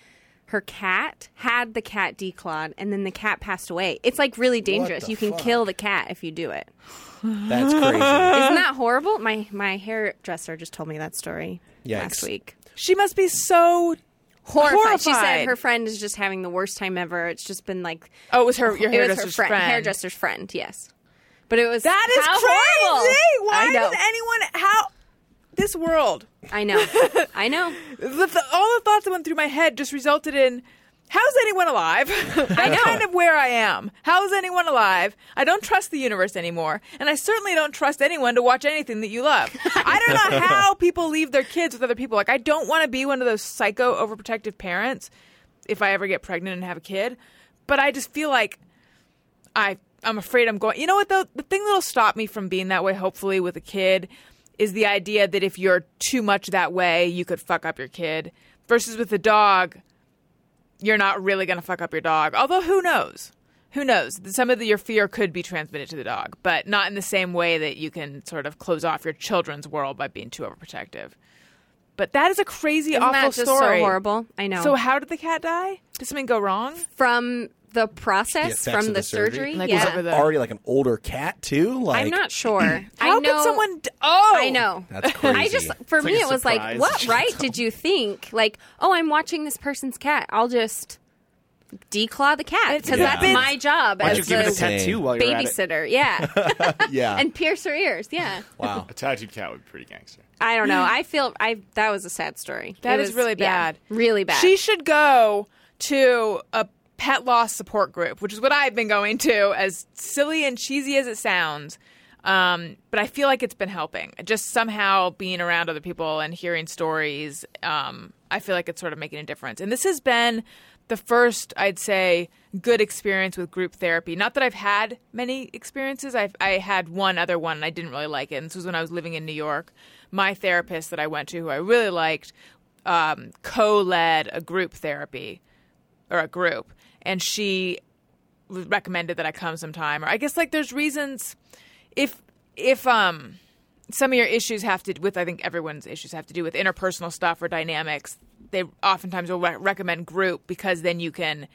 Speaker 4: her cat had the cat declawed and then the cat passed away. It's like really dangerous.
Speaker 6: the
Speaker 4: You can
Speaker 6: fuck?
Speaker 4: kill the cat if you do it.
Speaker 6: That's crazy.
Speaker 4: Isn't that horrible? My my hairdresser just told me that story
Speaker 6: Yikes.
Speaker 4: last week.
Speaker 1: She must be so
Speaker 4: Horrified. She
Speaker 1: Horrified.
Speaker 4: said her friend is just having the worst time ever. It's just been like
Speaker 1: Oh, it was her your
Speaker 4: it was
Speaker 1: hairdresser's
Speaker 4: her friend, hairdresser's friend. Yes, but it was
Speaker 1: That is
Speaker 4: how
Speaker 1: crazy.
Speaker 4: horrible.
Speaker 1: Why
Speaker 4: I know.
Speaker 1: does anyone how this world?
Speaker 4: I know. I know.
Speaker 1: The, the, all the thoughts that went through my head just resulted in how's anyone alive? That's kind of where I am. How is anyone alive? I don't trust the universe anymore, and I certainly don't trust anyone to watch anything that you love. I don't know how people leave their kids with other people. Like I don't want to be one of those psycho overprotective parents if I ever get pregnant and have a kid, but I just feel like I I'm afraid I'm going. You know what though? The thing that'll stop me from being that way, hopefully, with a kid, is the idea that if you're too much that way, you could fuck up your kid. Versus with a dog, you're not really going to fuck up your dog. Although who knows? Who knows? Some of the, your fear could be transmitted to the dog, but not in the same way that you can sort of close off your children's world by being too overprotective. But that is a crazy,
Speaker 4: Isn't
Speaker 1: awful
Speaker 4: that just so
Speaker 1: story.
Speaker 4: horrible? I know.
Speaker 1: So how did the cat die? Did something go wrong?
Speaker 4: From the process,
Speaker 6: effects
Speaker 4: from
Speaker 6: of
Speaker 4: the,
Speaker 6: the surgery?
Speaker 4: surgery,
Speaker 1: Like was
Speaker 4: yeah.
Speaker 1: it with a-
Speaker 6: Already like an older cat too. Like
Speaker 4: I'm not sure.
Speaker 1: How
Speaker 4: I know.
Speaker 1: could someone? D- oh,
Speaker 4: I know.
Speaker 6: That's crazy.
Speaker 4: I just for
Speaker 3: It's
Speaker 4: me
Speaker 3: like a
Speaker 4: it
Speaker 3: surprise.
Speaker 4: was like, what right did you think? Like, oh, I'm watching this person's cat. I'll just declaw the cat because
Speaker 6: Yeah.
Speaker 4: that's my job
Speaker 3: Why
Speaker 4: as
Speaker 3: don't you give it a
Speaker 6: That's insane.
Speaker 3: tattoo while you're at it?
Speaker 4: babysitter. Yeah,
Speaker 6: yeah.
Speaker 4: and pierce her ears. Yeah.
Speaker 6: wow.
Speaker 7: A tattooed cat would be pretty gangster.
Speaker 4: I don't know. I feel I that was a sad story.
Speaker 1: That
Speaker 4: It
Speaker 1: is
Speaker 4: was-
Speaker 1: really
Speaker 4: yeah,
Speaker 1: bad.
Speaker 4: really bad.
Speaker 1: She should go to a pet loss support group, which is what I've been going to, as silly and cheesy as it sounds. Um, but I feel like it's been helping. Just somehow being around other people and hearing stories, um, I feel like it's sort of making a difference. And this has been the first, I'd say, good experience with group therapy. Not that I've had many experiences. I've, I had one other one and I didn't really like it. And this was when I was living in New York. My therapist that I went to, who I really liked, um, co-led a group therapy or a group, and she recommended that I come sometime. Or I guess like there's reasons if if um some of your issues have to with I think everyone's issues have to do with interpersonal stuff or dynamics. They oftentimes will re- recommend group because then you can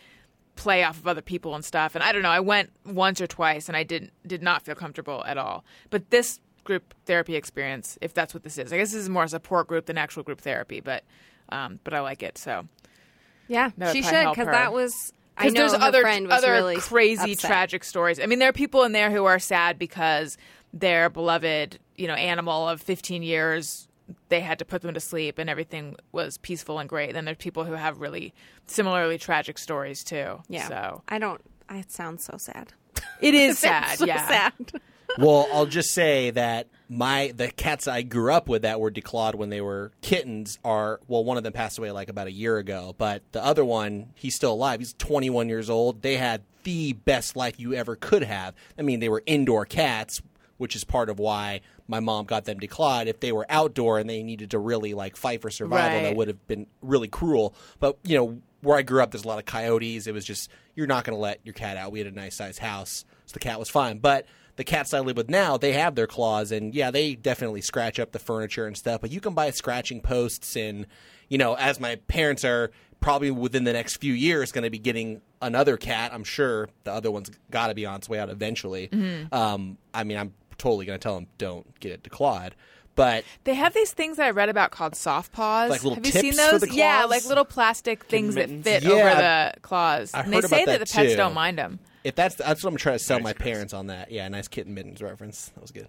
Speaker 1: play off of other people and stuff. And I don't know, I went once or twice and I didn't did not feel comfortable at all. But this group therapy experience, if that's what this is, I guess this is more a support group than actual group therapy, but um, but I like it so.
Speaker 4: yeah,
Speaker 1: That would probably
Speaker 4: she should
Speaker 1: help
Speaker 4: because
Speaker 1: her.
Speaker 4: that was. I
Speaker 1: Because
Speaker 4: know
Speaker 1: there's
Speaker 4: her
Speaker 1: other
Speaker 4: friend was
Speaker 1: other
Speaker 4: really
Speaker 1: crazy
Speaker 4: upset.
Speaker 1: tragic stories. I mean, there are people in there who are sad because their beloved you know animal of 15 years they had to put them to sleep and everything was peaceful and great then there's people who have really similarly tragic stories too
Speaker 4: Yeah.
Speaker 1: so
Speaker 4: I don't. I it sounds so sad.
Speaker 1: it is
Speaker 4: Sounds
Speaker 1: sad
Speaker 4: so
Speaker 1: yeah
Speaker 4: sad.
Speaker 6: Well, I'll just say that my the cats I grew up with that were declawed when they were kittens are well, one of them passed away like about a year ago, but the other one he's still alive. He's 21 years old. They had the best life you ever could have. I mean, they were indoor cats, which is part of why my mom got them declawed. If they were outdoor and they needed to really like fight for survival,
Speaker 1: Right.
Speaker 6: that would have been really cruel. But you know where I grew up, there's a lot of coyotes. It was just you're not going to let your cat out. We had a nice sized house, so the cat was fine. But the cats I live with now, they have their claws, and yeah, they definitely scratch up the furniture and stuff. But you can buy scratching posts, and you know, as my parents are probably within the next few years going to be getting another cat. I'm sure the other one's got to be on its way out eventually. Um, I mean, I'm totally going to tell them don't get it declawed, but
Speaker 1: They have these things that I read about called soft paws.
Speaker 6: Like little
Speaker 1: have you
Speaker 6: tips
Speaker 1: seen
Speaker 6: for
Speaker 1: those?
Speaker 6: the
Speaker 1: Yeah,
Speaker 6: claws?
Speaker 1: like little plastic things that
Speaker 3: mittens.
Speaker 1: fit
Speaker 6: Yeah,
Speaker 1: over
Speaker 6: I-
Speaker 1: the claws.
Speaker 6: I
Speaker 1: and they
Speaker 6: heard
Speaker 1: say
Speaker 6: about
Speaker 1: that,
Speaker 6: that
Speaker 1: the pets
Speaker 6: too.
Speaker 1: don't mind them.
Speaker 6: If that's that's what I'm trying to sell my parents on that. Yeah, nice kitten mittens reference. That was good.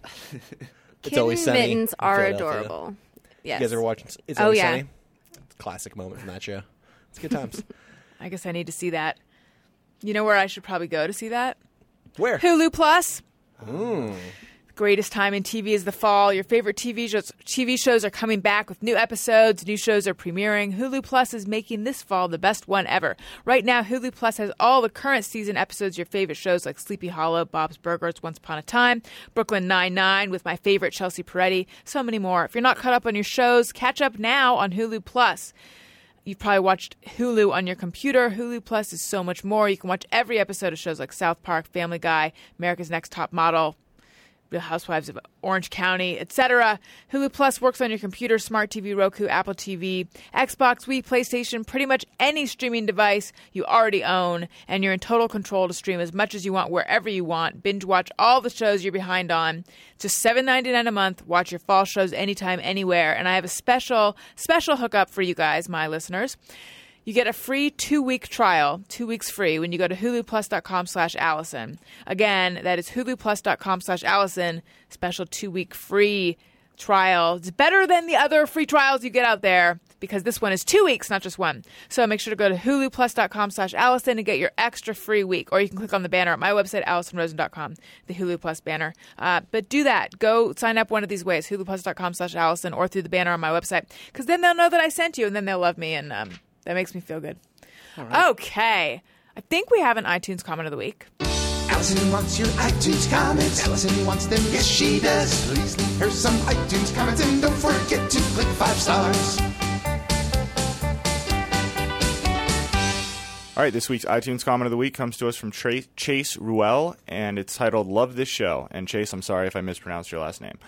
Speaker 6: it's always
Speaker 4: Kitten
Speaker 6: sunny. in
Speaker 4: mittens are
Speaker 6: Philadelphia.
Speaker 4: adorable. Yes.
Speaker 6: You guys are watching. It's
Speaker 4: Oh,
Speaker 6: always
Speaker 4: yeah.
Speaker 6: sunny. It's a classic moment from that show. It's good times.
Speaker 1: I guess I need to see that. You know where I should probably go to see that?
Speaker 6: Where?
Speaker 1: Hulu Plus. Greatest time in TV is the fall. Your favorite TV shows, TV shows are coming back with new episodes. New shows are premiering. Hulu Plus is making this fall the best one ever. Right now, Hulu Plus has all the current season episodes of your favorite shows like Sleepy Hollow, Bob's Burgers, Once Upon a Time, Brooklyn Nine-Nine with my favorite Chelsea Peretti, so many more. If you're not caught up on your shows, catch up now on Hulu Plus. You've probably watched Hulu on your computer. Hulu Plus is so much more. You can watch every episode of shows like South Park, Family Guy, America's Next Top Model, Real Housewives of Orange County, etc. Hulu Plus works on your computer, smart TV, Roku, Apple TV, Xbox, Wii, PlayStation, pretty much any streaming device you already own, and you're in total control to stream as much as you want wherever you want. Binge watch all the shows you're behind on. Just $7.99 a month. Watch your fall shows anytime, anywhere. And I have a special, special hookup for you guys, my listeners. You get a free two-week trial, two weeks free, when you go to huluplus.com slash Allison. Again, that is huluplus.com slash Allison, special two-week free trial. It's better than the other free trials you get out there because this one is two weeks, not just one. So make sure to go to huluplus.com slash Allison and get your extra free week. Or you can click on the banner at my website, AllisonRosen.com, the Hulu Plus banner. Uh, but do that. Go sign up one of these ways, huluplus.com slash Allison or through the banner on my website because then they'll know that I sent you and then they'll love me and... Um, that makes me feel good. Okay. I think we have an iTunes comment of the week.
Speaker 2: Allison wants your iTunes comments. Allison wants them, yes she does. Please leave her some iTunes comments and don't forget to click five stars.
Speaker 7: All right, this week's iTunes comment of the week comes to us from Tra- Chase Ruel, and it's titled Love This Show. And Chase, I'm sorry if I mispronounced your last name.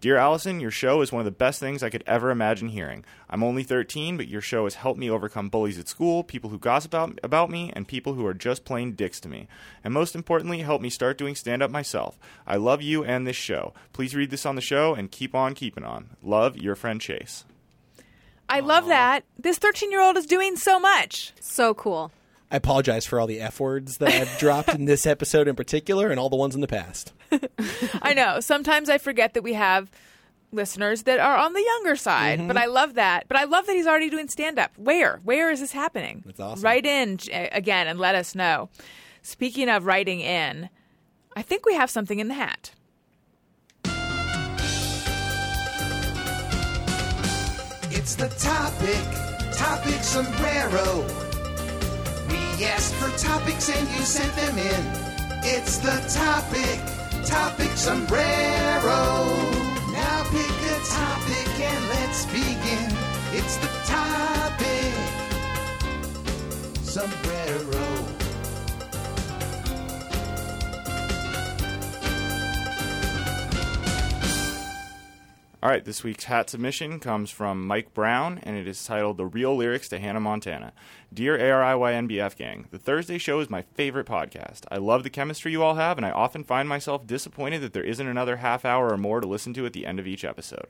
Speaker 7: Dear Allison, your show is one of the best things I could ever imagine hearing. I'm only 13, but your show has helped me overcome bullies at school, people who gossip about, about me, and people who are just plain dicks to me. And most importantly, helped me start doing stand up myself. I love you and this show. Please read this on the show and keep on keeping on. Love, your friend Chase.
Speaker 1: I love that. This 13 year old is doing so much.
Speaker 4: so cool.
Speaker 6: I apologize for all the f words that I've dropped in this episode in particular, and all the ones in the past.
Speaker 1: I know. Sometimes I forget that we have listeners that are on the younger side,
Speaker 6: Mm-hmm.
Speaker 1: but I love that. But I love that he's already doing stand up. Where? Where is this happening?
Speaker 6: That's awesome.
Speaker 1: Write in j- again and let us know. Speaking of writing in, I think we have something in the hat.
Speaker 2: It's the topic, topic sombrero. We asked for topics and you sent them in. It's the topic, topic sombrero. Now pick a topic and let's begin. It's the topic, sombrero.
Speaker 7: All right, this week's hat submission comes from Mike Brown, and it is titled The Real Lyrics to Hannah Montana. Dear ARIYNBF gang, the Thursday show is my favorite podcast. I love the chemistry you all have, and I often find myself disappointed that there isn't another half hour or more to listen to at the end of each episode.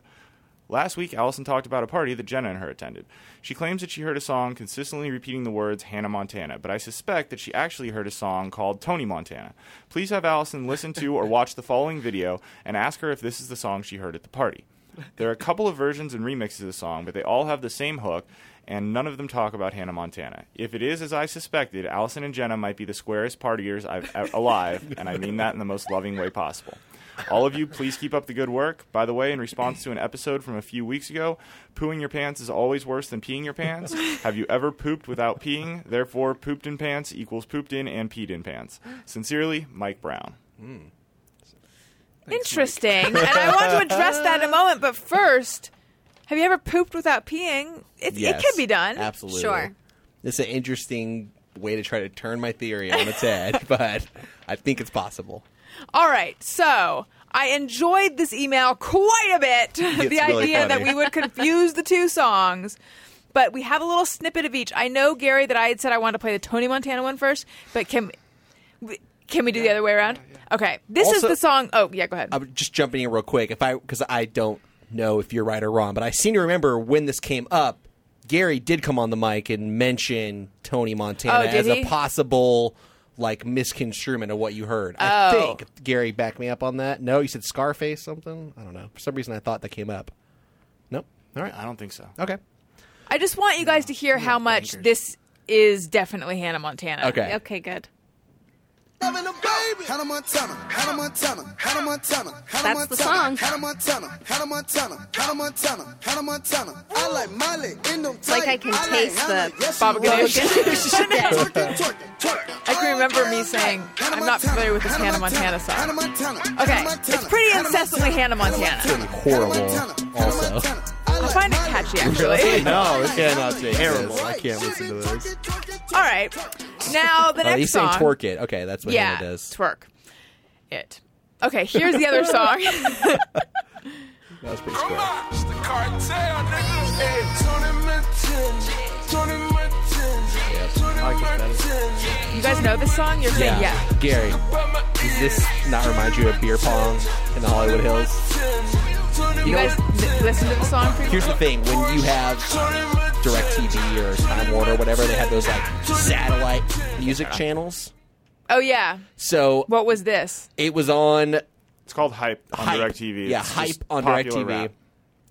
Speaker 7: Last week, Allison talked about a party that Jenna and her attended. She claims that she heard a song consistently repeating the words Hannah Montana, but I suspect that she actually heard a song called Tony Montana. Please have Allison listen to or watch the following video and ask her if this is the song she heard at the party. There are a couple of versions and remixes of the song, but they all have the same hook, and none of them talk about Hannah Montana. If it is as I suspected, Allison and Jenna might be the squarest partiers I've a- alive, and I mean that in the most loving way possible. All of you, please keep up the good work. By the way, in response to an episode from a few weeks ago, pooing your pants is always worse than peeing your pants. Have you ever pooped without peeing? Therefore, pooped in pants equals pooped in and peed in pants. Sincerely, Mike Brown.
Speaker 1: Interesting. and I want to address that in a moment, but first, have you ever pooped without peeing? It,
Speaker 6: Yes,
Speaker 1: it can be done.
Speaker 6: Absolutely.
Speaker 4: Sure.
Speaker 6: It's an interesting way to try to turn my theory on its head, but I think it's possible.
Speaker 1: All right. So I enjoyed this email quite a bit. the
Speaker 6: really
Speaker 1: idea that
Speaker 6: funny.
Speaker 1: we would confuse the two songs. But we have a little snippet of each. I know, Gary, that I had said I wanted to play the Tony Montana one first, but can we- can we do the other way around? Okay. This is
Speaker 6: Also-
Speaker 1: the song. Oh, yeah, go ahead.
Speaker 6: I'm just jumping in real quick if I because I don't know if you're right or wrong, but I seem to remember when this came up, Gary did come on the mic and mention Tony Montana
Speaker 1: Oh, did
Speaker 6: as
Speaker 1: he?
Speaker 6: a possible like misconstrument of what you heard. I
Speaker 1: Oh.
Speaker 6: think Gary backed me up on that. No, you said Scarface something. I don't know. For some reason, I thought that came up. Nope. All right.
Speaker 7: I don't think so.
Speaker 6: Okay.
Speaker 1: I just want you guys to hear how much this is definitely Hannah Montana.
Speaker 6: Okay.
Speaker 4: Okay, good.
Speaker 2: Having a baby. Hannah Montana, Hannah Montana, Hannah Montana, Hannah
Speaker 4: That's the
Speaker 2: Montana,
Speaker 4: song.
Speaker 2: Hannah Montana, Hannah Montana, Hannah Montana, Hannah Montana. I like Miley in them
Speaker 4: Like I
Speaker 2: tight.
Speaker 4: can
Speaker 2: like
Speaker 4: taste
Speaker 2: Hannah,
Speaker 4: the
Speaker 2: yes,
Speaker 1: Baba
Speaker 2: you
Speaker 1: Ganoush.
Speaker 2: Twerk it, twerk it, twerk it.
Speaker 1: I can remember me saying,
Speaker 2: Hannah
Speaker 1: I'm not
Speaker 2: Montana,
Speaker 1: familiar with this Hannah Montana song.
Speaker 2: Hannah Montana.
Speaker 1: Okay,
Speaker 2: Hannah Montana,
Speaker 1: it's pretty
Speaker 2: Hannah
Speaker 1: incessantly
Speaker 2: Montana,
Speaker 1: Hannah Montana.
Speaker 2: Hannah
Speaker 6: Horrible,
Speaker 2: Hannah Montana, Hannah
Speaker 6: also.
Speaker 2: Montana.
Speaker 1: I
Speaker 2: like
Speaker 1: find it
Speaker 2: Miley.
Speaker 1: catchy, actually.
Speaker 6: No, this cannot be
Speaker 2: Terrible.
Speaker 6: I can't listen to this.
Speaker 1: All right. Now the
Speaker 6: Oh,
Speaker 1: next
Speaker 6: he's saying
Speaker 1: song.
Speaker 6: twerk it. Okay, that's what
Speaker 1: yeah,
Speaker 6: Hannah does.
Speaker 1: twerk it. Okay, here's the other song.
Speaker 6: that was pretty square.
Speaker 1: You guys know this song? You're saying yeah.
Speaker 6: Gary, does this not remind you of beer pong in the Hollywood Hills?
Speaker 1: You
Speaker 6: know-
Speaker 1: guys li- listen to the song for
Speaker 6: Here's the thing: when you have DirecTV or Time Warner, whatever, they have those like satellite music channels.
Speaker 1: Oh yeah.
Speaker 6: So
Speaker 1: What was this?
Speaker 6: it was on
Speaker 7: It's called Hype on
Speaker 6: hype.
Speaker 7: DirecTV.
Speaker 6: Yeah,
Speaker 7: It's
Speaker 6: hype
Speaker 7: just
Speaker 6: on
Speaker 7: popular
Speaker 6: DirecTV.
Speaker 7: rap.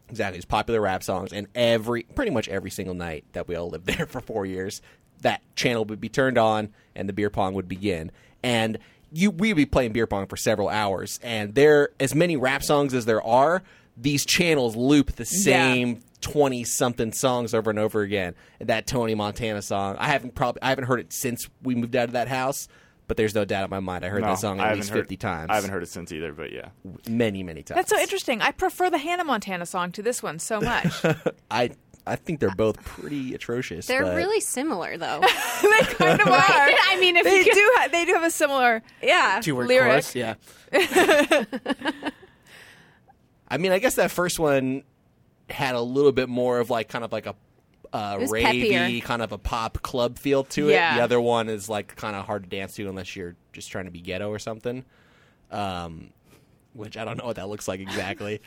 Speaker 6: Exactly, it's popular rap songs, and every pretty much every single night that we all lived there for four years, that channel would be turned on, and the beer pong would begin, and you we'd be playing beer pong for several hours, and there as many rap songs as there are, these channels loop the same twenty something songs over and over again. And that Tony Montana song, I haven't probably I haven't heard it since we moved out of that house, but there's no doubt in my mind I heard
Speaker 7: No,
Speaker 6: that song
Speaker 7: I
Speaker 6: at
Speaker 7: haven't
Speaker 6: least
Speaker 7: heard-
Speaker 6: fifty times.
Speaker 7: I haven't heard it since either, but yeah.
Speaker 6: many many times.
Speaker 1: That's so interesting. I prefer the Hannah Montana song to this one so much.
Speaker 6: I I think they're both pretty atrocious.
Speaker 4: They're
Speaker 6: but-
Speaker 4: really similar, though.
Speaker 1: they kind of are.
Speaker 4: I mean, if
Speaker 1: they
Speaker 4: you could-
Speaker 1: do. Ha- they do have a similar.
Speaker 4: yeah.
Speaker 3: Two-word
Speaker 1: Lyric.
Speaker 3: chorus, yeah.
Speaker 6: I mean, I guess that first one had a little bit more of like kind of like a uh,
Speaker 4: was
Speaker 6: ravey
Speaker 4: peppier.
Speaker 6: kind of a pop club feel to it.
Speaker 1: Yeah.
Speaker 6: The other one is like kind of hard to dance to unless you're just trying to be ghetto or something. Um, which I don't know what that looks like exactly.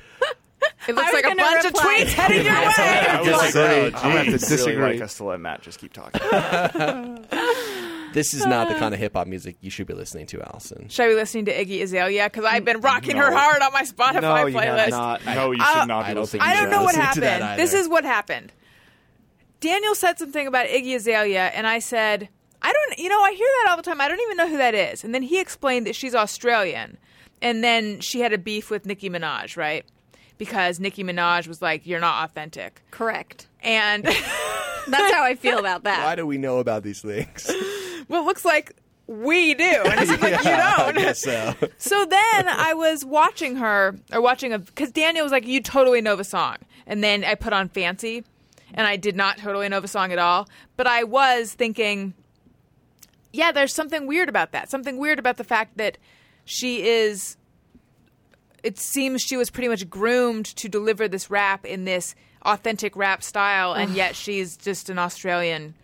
Speaker 1: It looks
Speaker 4: was
Speaker 1: like a
Speaker 4: gonna
Speaker 1: bunch
Speaker 4: reply.
Speaker 1: of tweets headed your way.
Speaker 7: I would like,
Speaker 5: Disagree.
Speaker 7: I would have to
Speaker 5: Jeez.
Speaker 7: disagree. Really like
Speaker 5: Disagree.
Speaker 7: us to let Matt just keep talking.
Speaker 6: this is not the kind of hip hop music you should be listening to, Allison.
Speaker 1: Should I be listening to Iggy Azalea? Because I've been rocking her
Speaker 7: No.
Speaker 1: hard on my Spotify
Speaker 3: No, you
Speaker 1: playlist.
Speaker 3: have not.
Speaker 7: No, you
Speaker 1: I-
Speaker 7: should not
Speaker 6: I
Speaker 7: be
Speaker 6: don't think
Speaker 7: listening.
Speaker 1: I
Speaker 6: you
Speaker 1: don't
Speaker 6: should
Speaker 1: know what
Speaker 6: listen to that
Speaker 1: happened. This
Speaker 6: either.
Speaker 1: is what happened. Daniel said something about Iggy Azalea, and I said, I don't, you know, I hear that all the time. I don't even know who that is. And then he explained that she's Australian. And then she had a beef with Nicki Minaj, right? Because Nicki Minaj was like, you're not authentic.
Speaker 4: Correct.
Speaker 1: And
Speaker 4: That's how I feel about that.
Speaker 6: Why do we know about these things?
Speaker 1: well, it looks like we do. And it's like, you don't.
Speaker 6: so
Speaker 1: So then I was watching her or watching a because Daniel was like, "You totally know the song," and then I put on "Fancy," and I did not totally know the song at all, but I was thinking, "Yeah, there's something weird about that. Something weird about the fact that she is." It seems she was pretty much groomed to deliver this rap in this authentic rap style, and yet she's just an Australian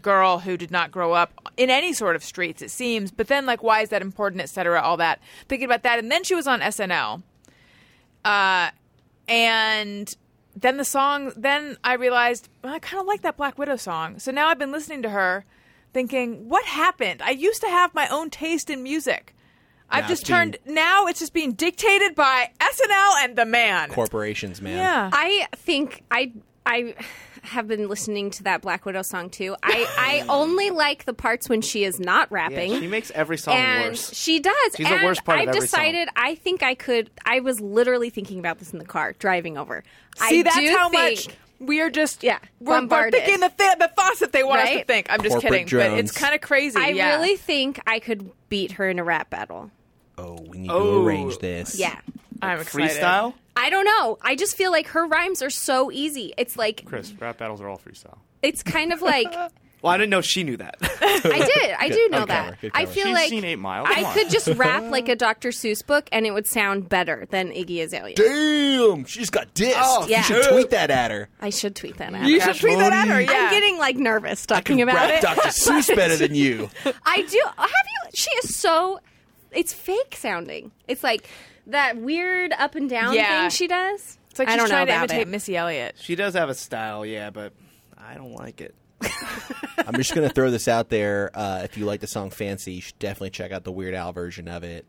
Speaker 1: girl who did not grow up in any sort of streets, it seems. But then, like, why is that important, et cetera, all that. Thinking about that. And then she was on SNL. Uh, and then the song, then I realized well, I kind of like that Black Widow song. So now I've been listening to her, thinking, what happened? I used to have my own taste in music. I've
Speaker 6: Now
Speaker 1: just
Speaker 6: it's being-
Speaker 1: turned. Now it's just being dictated by SNL and the man.
Speaker 6: Corporations, man.
Speaker 1: yeah.
Speaker 4: I think I I have been listening to that Black Widow song too. I I only like the parts when she is not
Speaker 3: Yeah,
Speaker 4: rapping.
Speaker 3: she makes every song
Speaker 4: and
Speaker 3: worse.
Speaker 4: she does.
Speaker 3: She's the
Speaker 4: and
Speaker 3: worst part of
Speaker 4: I've
Speaker 3: every song.
Speaker 4: decided I think I could. I was literally thinking about this in the car driving over.
Speaker 1: See,
Speaker 4: I
Speaker 1: that's
Speaker 4: do
Speaker 1: how
Speaker 4: think,
Speaker 1: much we are just
Speaker 4: Yeah,
Speaker 1: we're, we're
Speaker 4: bombarded.
Speaker 1: thinking the th- the thoughts that they want us to
Speaker 4: Right?
Speaker 1: think. I'm just
Speaker 6: Corporate
Speaker 1: kidding, but it's
Speaker 6: drones.
Speaker 1: kind of crazy.
Speaker 4: I
Speaker 1: yeah.
Speaker 4: really think I could beat her in a rap battle.
Speaker 6: Oh, we need
Speaker 3: Oh.
Speaker 6: to arrange this.
Speaker 4: Yeah.
Speaker 1: I'm excited.
Speaker 3: Freestyle?
Speaker 4: I don't know. I just feel like her rhymes are so easy. It's like
Speaker 7: Chris, rap battles are all freestyle.
Speaker 4: it's kind of like
Speaker 3: Well, I didn't know she knew that.
Speaker 4: I did. I do know
Speaker 6: Good
Speaker 4: that.
Speaker 6: cover, good
Speaker 4: I
Speaker 6: cover.
Speaker 4: feel
Speaker 7: She's
Speaker 4: like
Speaker 7: seen Eight Mile. Come
Speaker 4: I
Speaker 7: on.
Speaker 4: could just rap like a Dr. Seuss book, and it would sound better than Iggy Azalea.
Speaker 6: Damn, she just got dissed.
Speaker 4: Oh, yeah.
Speaker 6: You should tweet that at her.
Speaker 4: I should tweet that out.
Speaker 1: You should tweet that at her. Yeah.
Speaker 4: I'm getting like nervous talking about
Speaker 6: Rap
Speaker 4: it.
Speaker 6: Dr. Seuss better than you.
Speaker 4: I do. Have you? She is so. It's fake sounding. It's like that weird up and down
Speaker 1: Yeah.
Speaker 4: thing she does.
Speaker 1: It's like
Speaker 4: I
Speaker 1: she's
Speaker 4: don't know
Speaker 1: trying to
Speaker 4: about
Speaker 1: imitate
Speaker 4: it.
Speaker 1: Missy Elliott.
Speaker 3: she does have a style, yeah, but I don't like it.
Speaker 6: I'm just going to throw this out there. Uh, if you like the song Fancy, you should definitely check out the Weird Al version of it.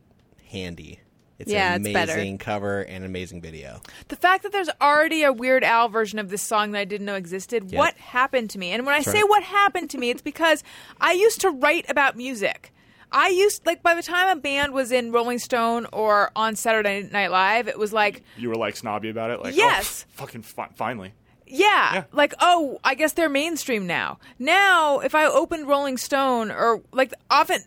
Speaker 6: Handy. It's
Speaker 4: Yeah,
Speaker 6: an
Speaker 4: it's better.
Speaker 6: amazing cover and amazing video.
Speaker 1: The fact that there's already a Weird Al version of this song that I didn't know existed,
Speaker 6: Yeah.
Speaker 1: what happened to me? And when I say
Speaker 6: right.
Speaker 1: what happened to me, it's because I used to write about music. I used like by the time a band was in Rolling Stone or on Saturday Night Live, it was like
Speaker 7: You were like snobby about it. Like,
Speaker 1: Yes.
Speaker 7: oh, f- fucking fi- finally.
Speaker 1: Yeah,
Speaker 7: Yeah.
Speaker 1: Like, oh, I guess they're mainstream now. Now, if I open Rolling Stone or like often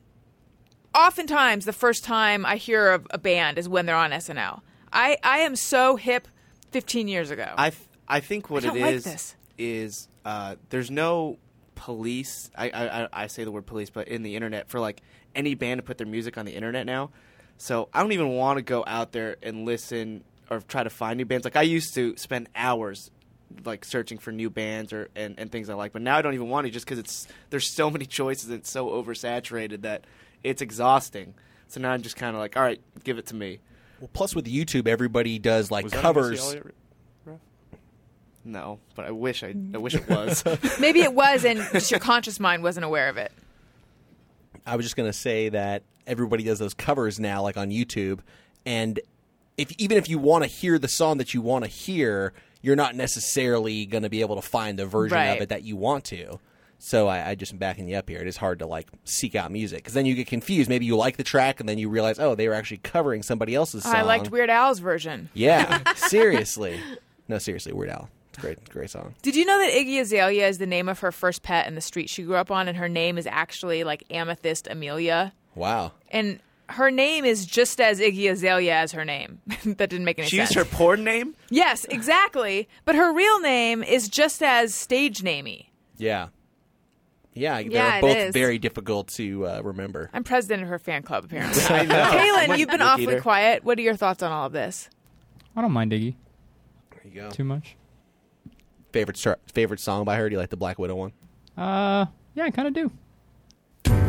Speaker 1: oftentimes the first time I hear of a band is when they're on SNL. I I am so hip 15 years ago.
Speaker 3: I th- I think what
Speaker 1: I don't
Speaker 3: it
Speaker 1: like
Speaker 3: is
Speaker 1: this.
Speaker 3: is uh, there's no police. I, I I- I say the word police, but in the internet for like any band to put their music on the internet now. So I don't even want to go out there and listen or try to find new bands. Like I used to spend hours like searching for new bands or and, and things I like, but now I don't even want to just because it's there's so many choices. It's so oversaturated that it's exhausting. So now I'm just kind of like, all right, give it to me.
Speaker 6: Well, plus with YouTube, everybody does like
Speaker 7: Was that a Missy
Speaker 6: covers.
Speaker 7: Elliott riff?
Speaker 3: No, but I wish I, I wish it was.
Speaker 1: Maybe it was, and just your conscious mind wasn't aware of it.
Speaker 6: I was just going to say that everybody does those covers now, like on YouTube. And if even if you want to hear the song that you want to hear, you're not necessarily going to be able to find the version
Speaker 1: Right.
Speaker 6: of it that you want to. So I, I just am backing you up here. It is hard to like seek out music because then you get confused. Maybe you like the track and then you realize, oh, they were actually covering somebody else's song.
Speaker 1: Oh, I liked Weird Al's version.
Speaker 6: Yeah, seriously. No, seriously, Weird Al. It's a great, great song.
Speaker 1: Did you know that Iggy Azalea is the name of her first pet and the street she grew up on, and her name is actually like Amethyst Amelia,
Speaker 6: Wow.
Speaker 1: and her name is just as Iggy Azalea as her name. that didn't make any
Speaker 3: she
Speaker 1: sense.
Speaker 3: used her porn name.
Speaker 1: Yes, exactly. But her real name is just as stage namey.
Speaker 6: Yeah. Yeah, they're
Speaker 4: Yeah, it
Speaker 6: both
Speaker 4: is.
Speaker 6: very difficult to uh, remember.
Speaker 1: I'm president of her fan club, apparently.
Speaker 3: I know.
Speaker 1: Kaylin, you've been
Speaker 3: Look,
Speaker 1: awfully
Speaker 3: Peter.
Speaker 1: quiet. What are your thoughts on all of this?
Speaker 5: I don't mind Iggy
Speaker 6: There you go.
Speaker 5: too much.
Speaker 6: Favorite star- favorite song by her? Do you like the Black Widow one?
Speaker 5: Uh, yeah, I kind of do.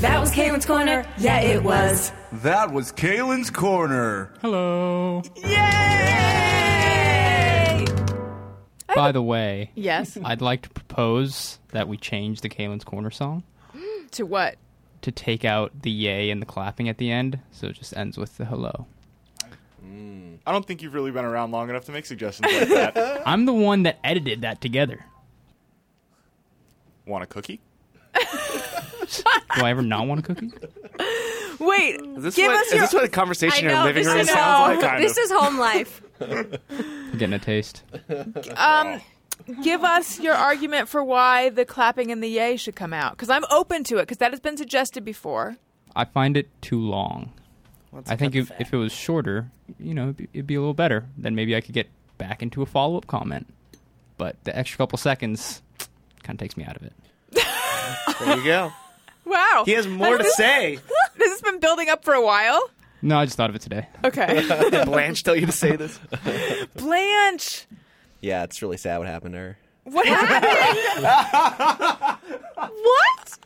Speaker 8: That was Kalen's Corner. Yeah, it was.
Speaker 9: That was Kalen's Corner.
Speaker 5: Hello.
Speaker 1: Yay!
Speaker 5: By the way,
Speaker 1: Yes.
Speaker 5: I'd like to propose that we change the Kalen's Corner song
Speaker 1: to what?
Speaker 5: to take out the yay and the clapping at the end, so it just ends with the hello.
Speaker 7: I don't think you've really been around long enough to make suggestions like that.
Speaker 5: I'm the one that edited that together.
Speaker 7: Want a cookie?
Speaker 5: Do I ever not want a cookie?
Speaker 1: Wait,
Speaker 3: Is this,
Speaker 1: give
Speaker 3: what,
Speaker 1: us
Speaker 3: is
Speaker 1: your.
Speaker 3: this what a conversation
Speaker 4: I
Speaker 3: in your
Speaker 4: know,
Speaker 3: living
Speaker 4: this
Speaker 3: room
Speaker 4: is-
Speaker 3: sounds like?
Speaker 7: Kind
Speaker 4: This
Speaker 7: of.
Speaker 4: is home life.
Speaker 5: I'm getting a taste.
Speaker 1: give us your argument for why the clapping and the yay should come out, because I'm open to it, because that has been suggested before.
Speaker 5: I find it too long. I think if, if it was shorter, you know, it'd be, it'd be a little better. Then maybe I could get back into a follow up comment. But the extra couple seconds kind of takes me out of it.
Speaker 3: There you go.
Speaker 1: Wow,
Speaker 3: He has more to say.
Speaker 1: This has been building up for a while.
Speaker 5: No, I just thought of it today.
Speaker 1: Okay,
Speaker 3: Did Blanche tell you to say this?
Speaker 1: Blanche,
Speaker 6: Yeah, it's really sad what happened to her.
Speaker 1: what happened? what?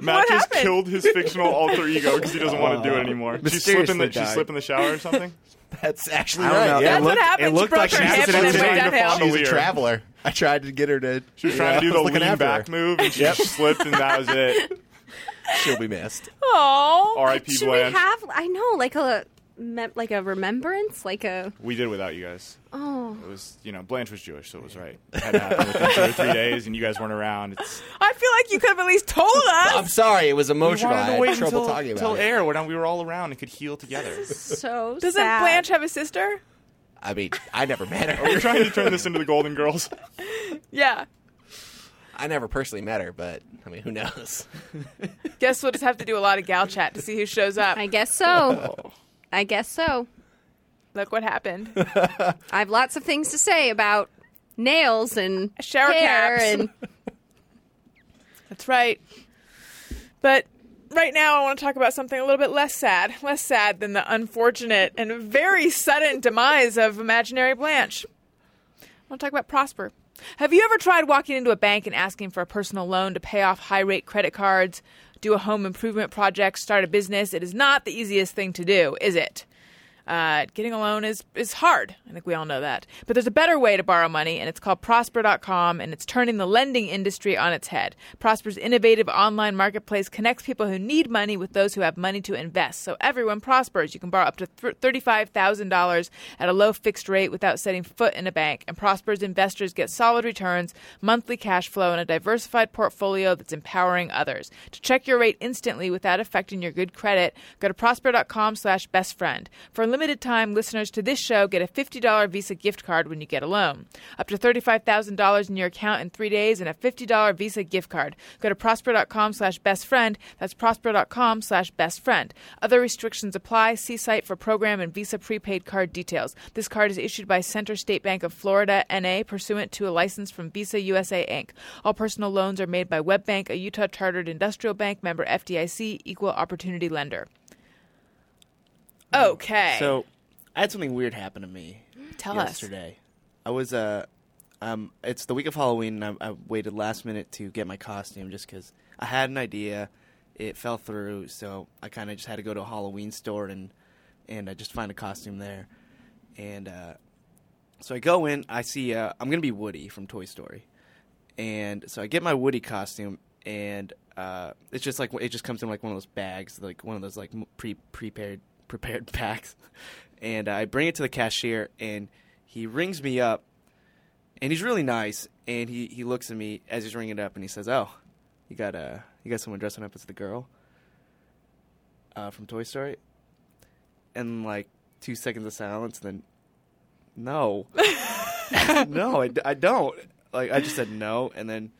Speaker 7: Matt just
Speaker 1: happened?
Speaker 7: killed his fictional alter ego because he doesn't want to
Speaker 6: Uh,
Speaker 7: do it anymore. She's slipping the
Speaker 3: Mysteriously
Speaker 7: she's
Speaker 3: died.
Speaker 7: slipping the shower or something.
Speaker 6: That's actually
Speaker 3: I don't
Speaker 6: right.
Speaker 3: know.
Speaker 6: Yeah.
Speaker 1: That's what
Speaker 3: looked-
Speaker 1: happened.
Speaker 3: it
Speaker 1: She
Speaker 3: looked
Speaker 1: broke
Speaker 3: like
Speaker 1: her
Speaker 3: an
Speaker 1: hip and then
Speaker 7: accidental
Speaker 1: went
Speaker 7: thing to
Speaker 1: downhill.
Speaker 7: follow.
Speaker 6: She's a
Speaker 7: Chandelier.
Speaker 6: traveler. I tried to get her to.
Speaker 7: She was trying
Speaker 6: Yeah,
Speaker 7: to do
Speaker 6: I
Speaker 7: the
Speaker 6: was looking
Speaker 7: lean
Speaker 6: after her.
Speaker 7: back move and she just slipped and that was it.
Speaker 6: She'll be missed.
Speaker 1: Aw.
Speaker 7: R.I.P.
Speaker 4: Should
Speaker 7: Blanche.
Speaker 4: we have? I know, like a me- like a remembrance, like a
Speaker 7: We did without you guys.
Speaker 4: oh.
Speaker 7: It was you know Blanche was Jewish, so it was right. It had to happen within two or three days, and you guys weren't around. It's
Speaker 1: I feel like you could have at least told
Speaker 6: I'm
Speaker 1: us.
Speaker 6: sorry, it was emotional. I
Speaker 7: wanted to
Speaker 6: had
Speaker 7: wait
Speaker 6: trouble
Speaker 7: until,
Speaker 6: talking
Speaker 7: until
Speaker 6: about it.
Speaker 7: air when we were all around and could heal together.
Speaker 4: So
Speaker 1: Doesn't
Speaker 4: sad.
Speaker 1: Blanche have a sister?
Speaker 6: I mean, I never met
Speaker 7: We're
Speaker 6: her.
Speaker 7: trying to turn this into the Golden Girls.
Speaker 1: Yeah.
Speaker 6: I never personally met her, but I mean, who knows?
Speaker 1: Guess we'll just have to do a lot of gal chat to see who shows up.
Speaker 4: I guess
Speaker 7: Oh.
Speaker 4: so. I guess so.
Speaker 1: Look what happened.
Speaker 4: I have lots of things to say about nails and
Speaker 1: Shower
Speaker 4: hair
Speaker 1: caps.
Speaker 4: and
Speaker 1: That's right. But right now, I want to talk about something a little bit less sad, less sad than the unfortunate and very sudden demise of imaginary Blanche. I want to talk about Prosper. Have you ever tried walking into a bank and asking for a personal loan to pay off high rate credit cards, do a home improvement project, start a business? It is not the easiest thing to do, is it? Uh, getting a loan is, is hard. I think we all know that. But there's a better way to borrow money, and it's called Prosper.com, and it's turning the lending industry on its head. Prosper's innovative online marketplace connects people who need money with those who have money to invest, so everyone prospers. You can borrow up to th- $35,000 at a low fixed rate without setting foot in a bank, and Prosper's investors get solid returns, monthly cash flow, and a diversified portfolio that's empowering others. To check your rate instantly without affecting your good credit, go to prosper.com slash best friend. For a limited time, listeners to this show get a $50 Visa gift card when you get a loan. Up to $35,000 in your account in three days and a $50 Visa gift card. Go to prosper.com slash best friend. That's prosper.com slash best friend. Other restrictions apply. See site for program and Visa prepaid card details. This card is issued by Center State Bank of Florida, N.A., pursuant to a license from Visa USA, Inc. All personal loans are made by WebBank, a Utah chartered industrial bank, member FDIC, equal opportunity lender. Okay.
Speaker 3: So, I had something weird happen to me
Speaker 1: Tell us.
Speaker 3: yesterday. I was uh, um, it's the week of Halloween, and I, I waited last minute to get my costume just because I had an idea. It fell through, so I kind of just had to go to a Halloween store and and uh, just find a costume there. And uh, so I go in, I see uh, I'm gonna be Woody from Toy Story, and so I get my Woody costume, and uh, it's just like it just comes in like one of those bags, like one of those like m- pre prepared prepared packs, and uh, I bring it to the cashier, and he rings me up, and he's really nice, and he he looks at me as he's ringing it up, and he says, "Oh, you got uh you got someone dressing up as the girl uh, from Toy Story," and like two seconds of silence, then no. no, I, d- I don't. Like, I just said no, and then,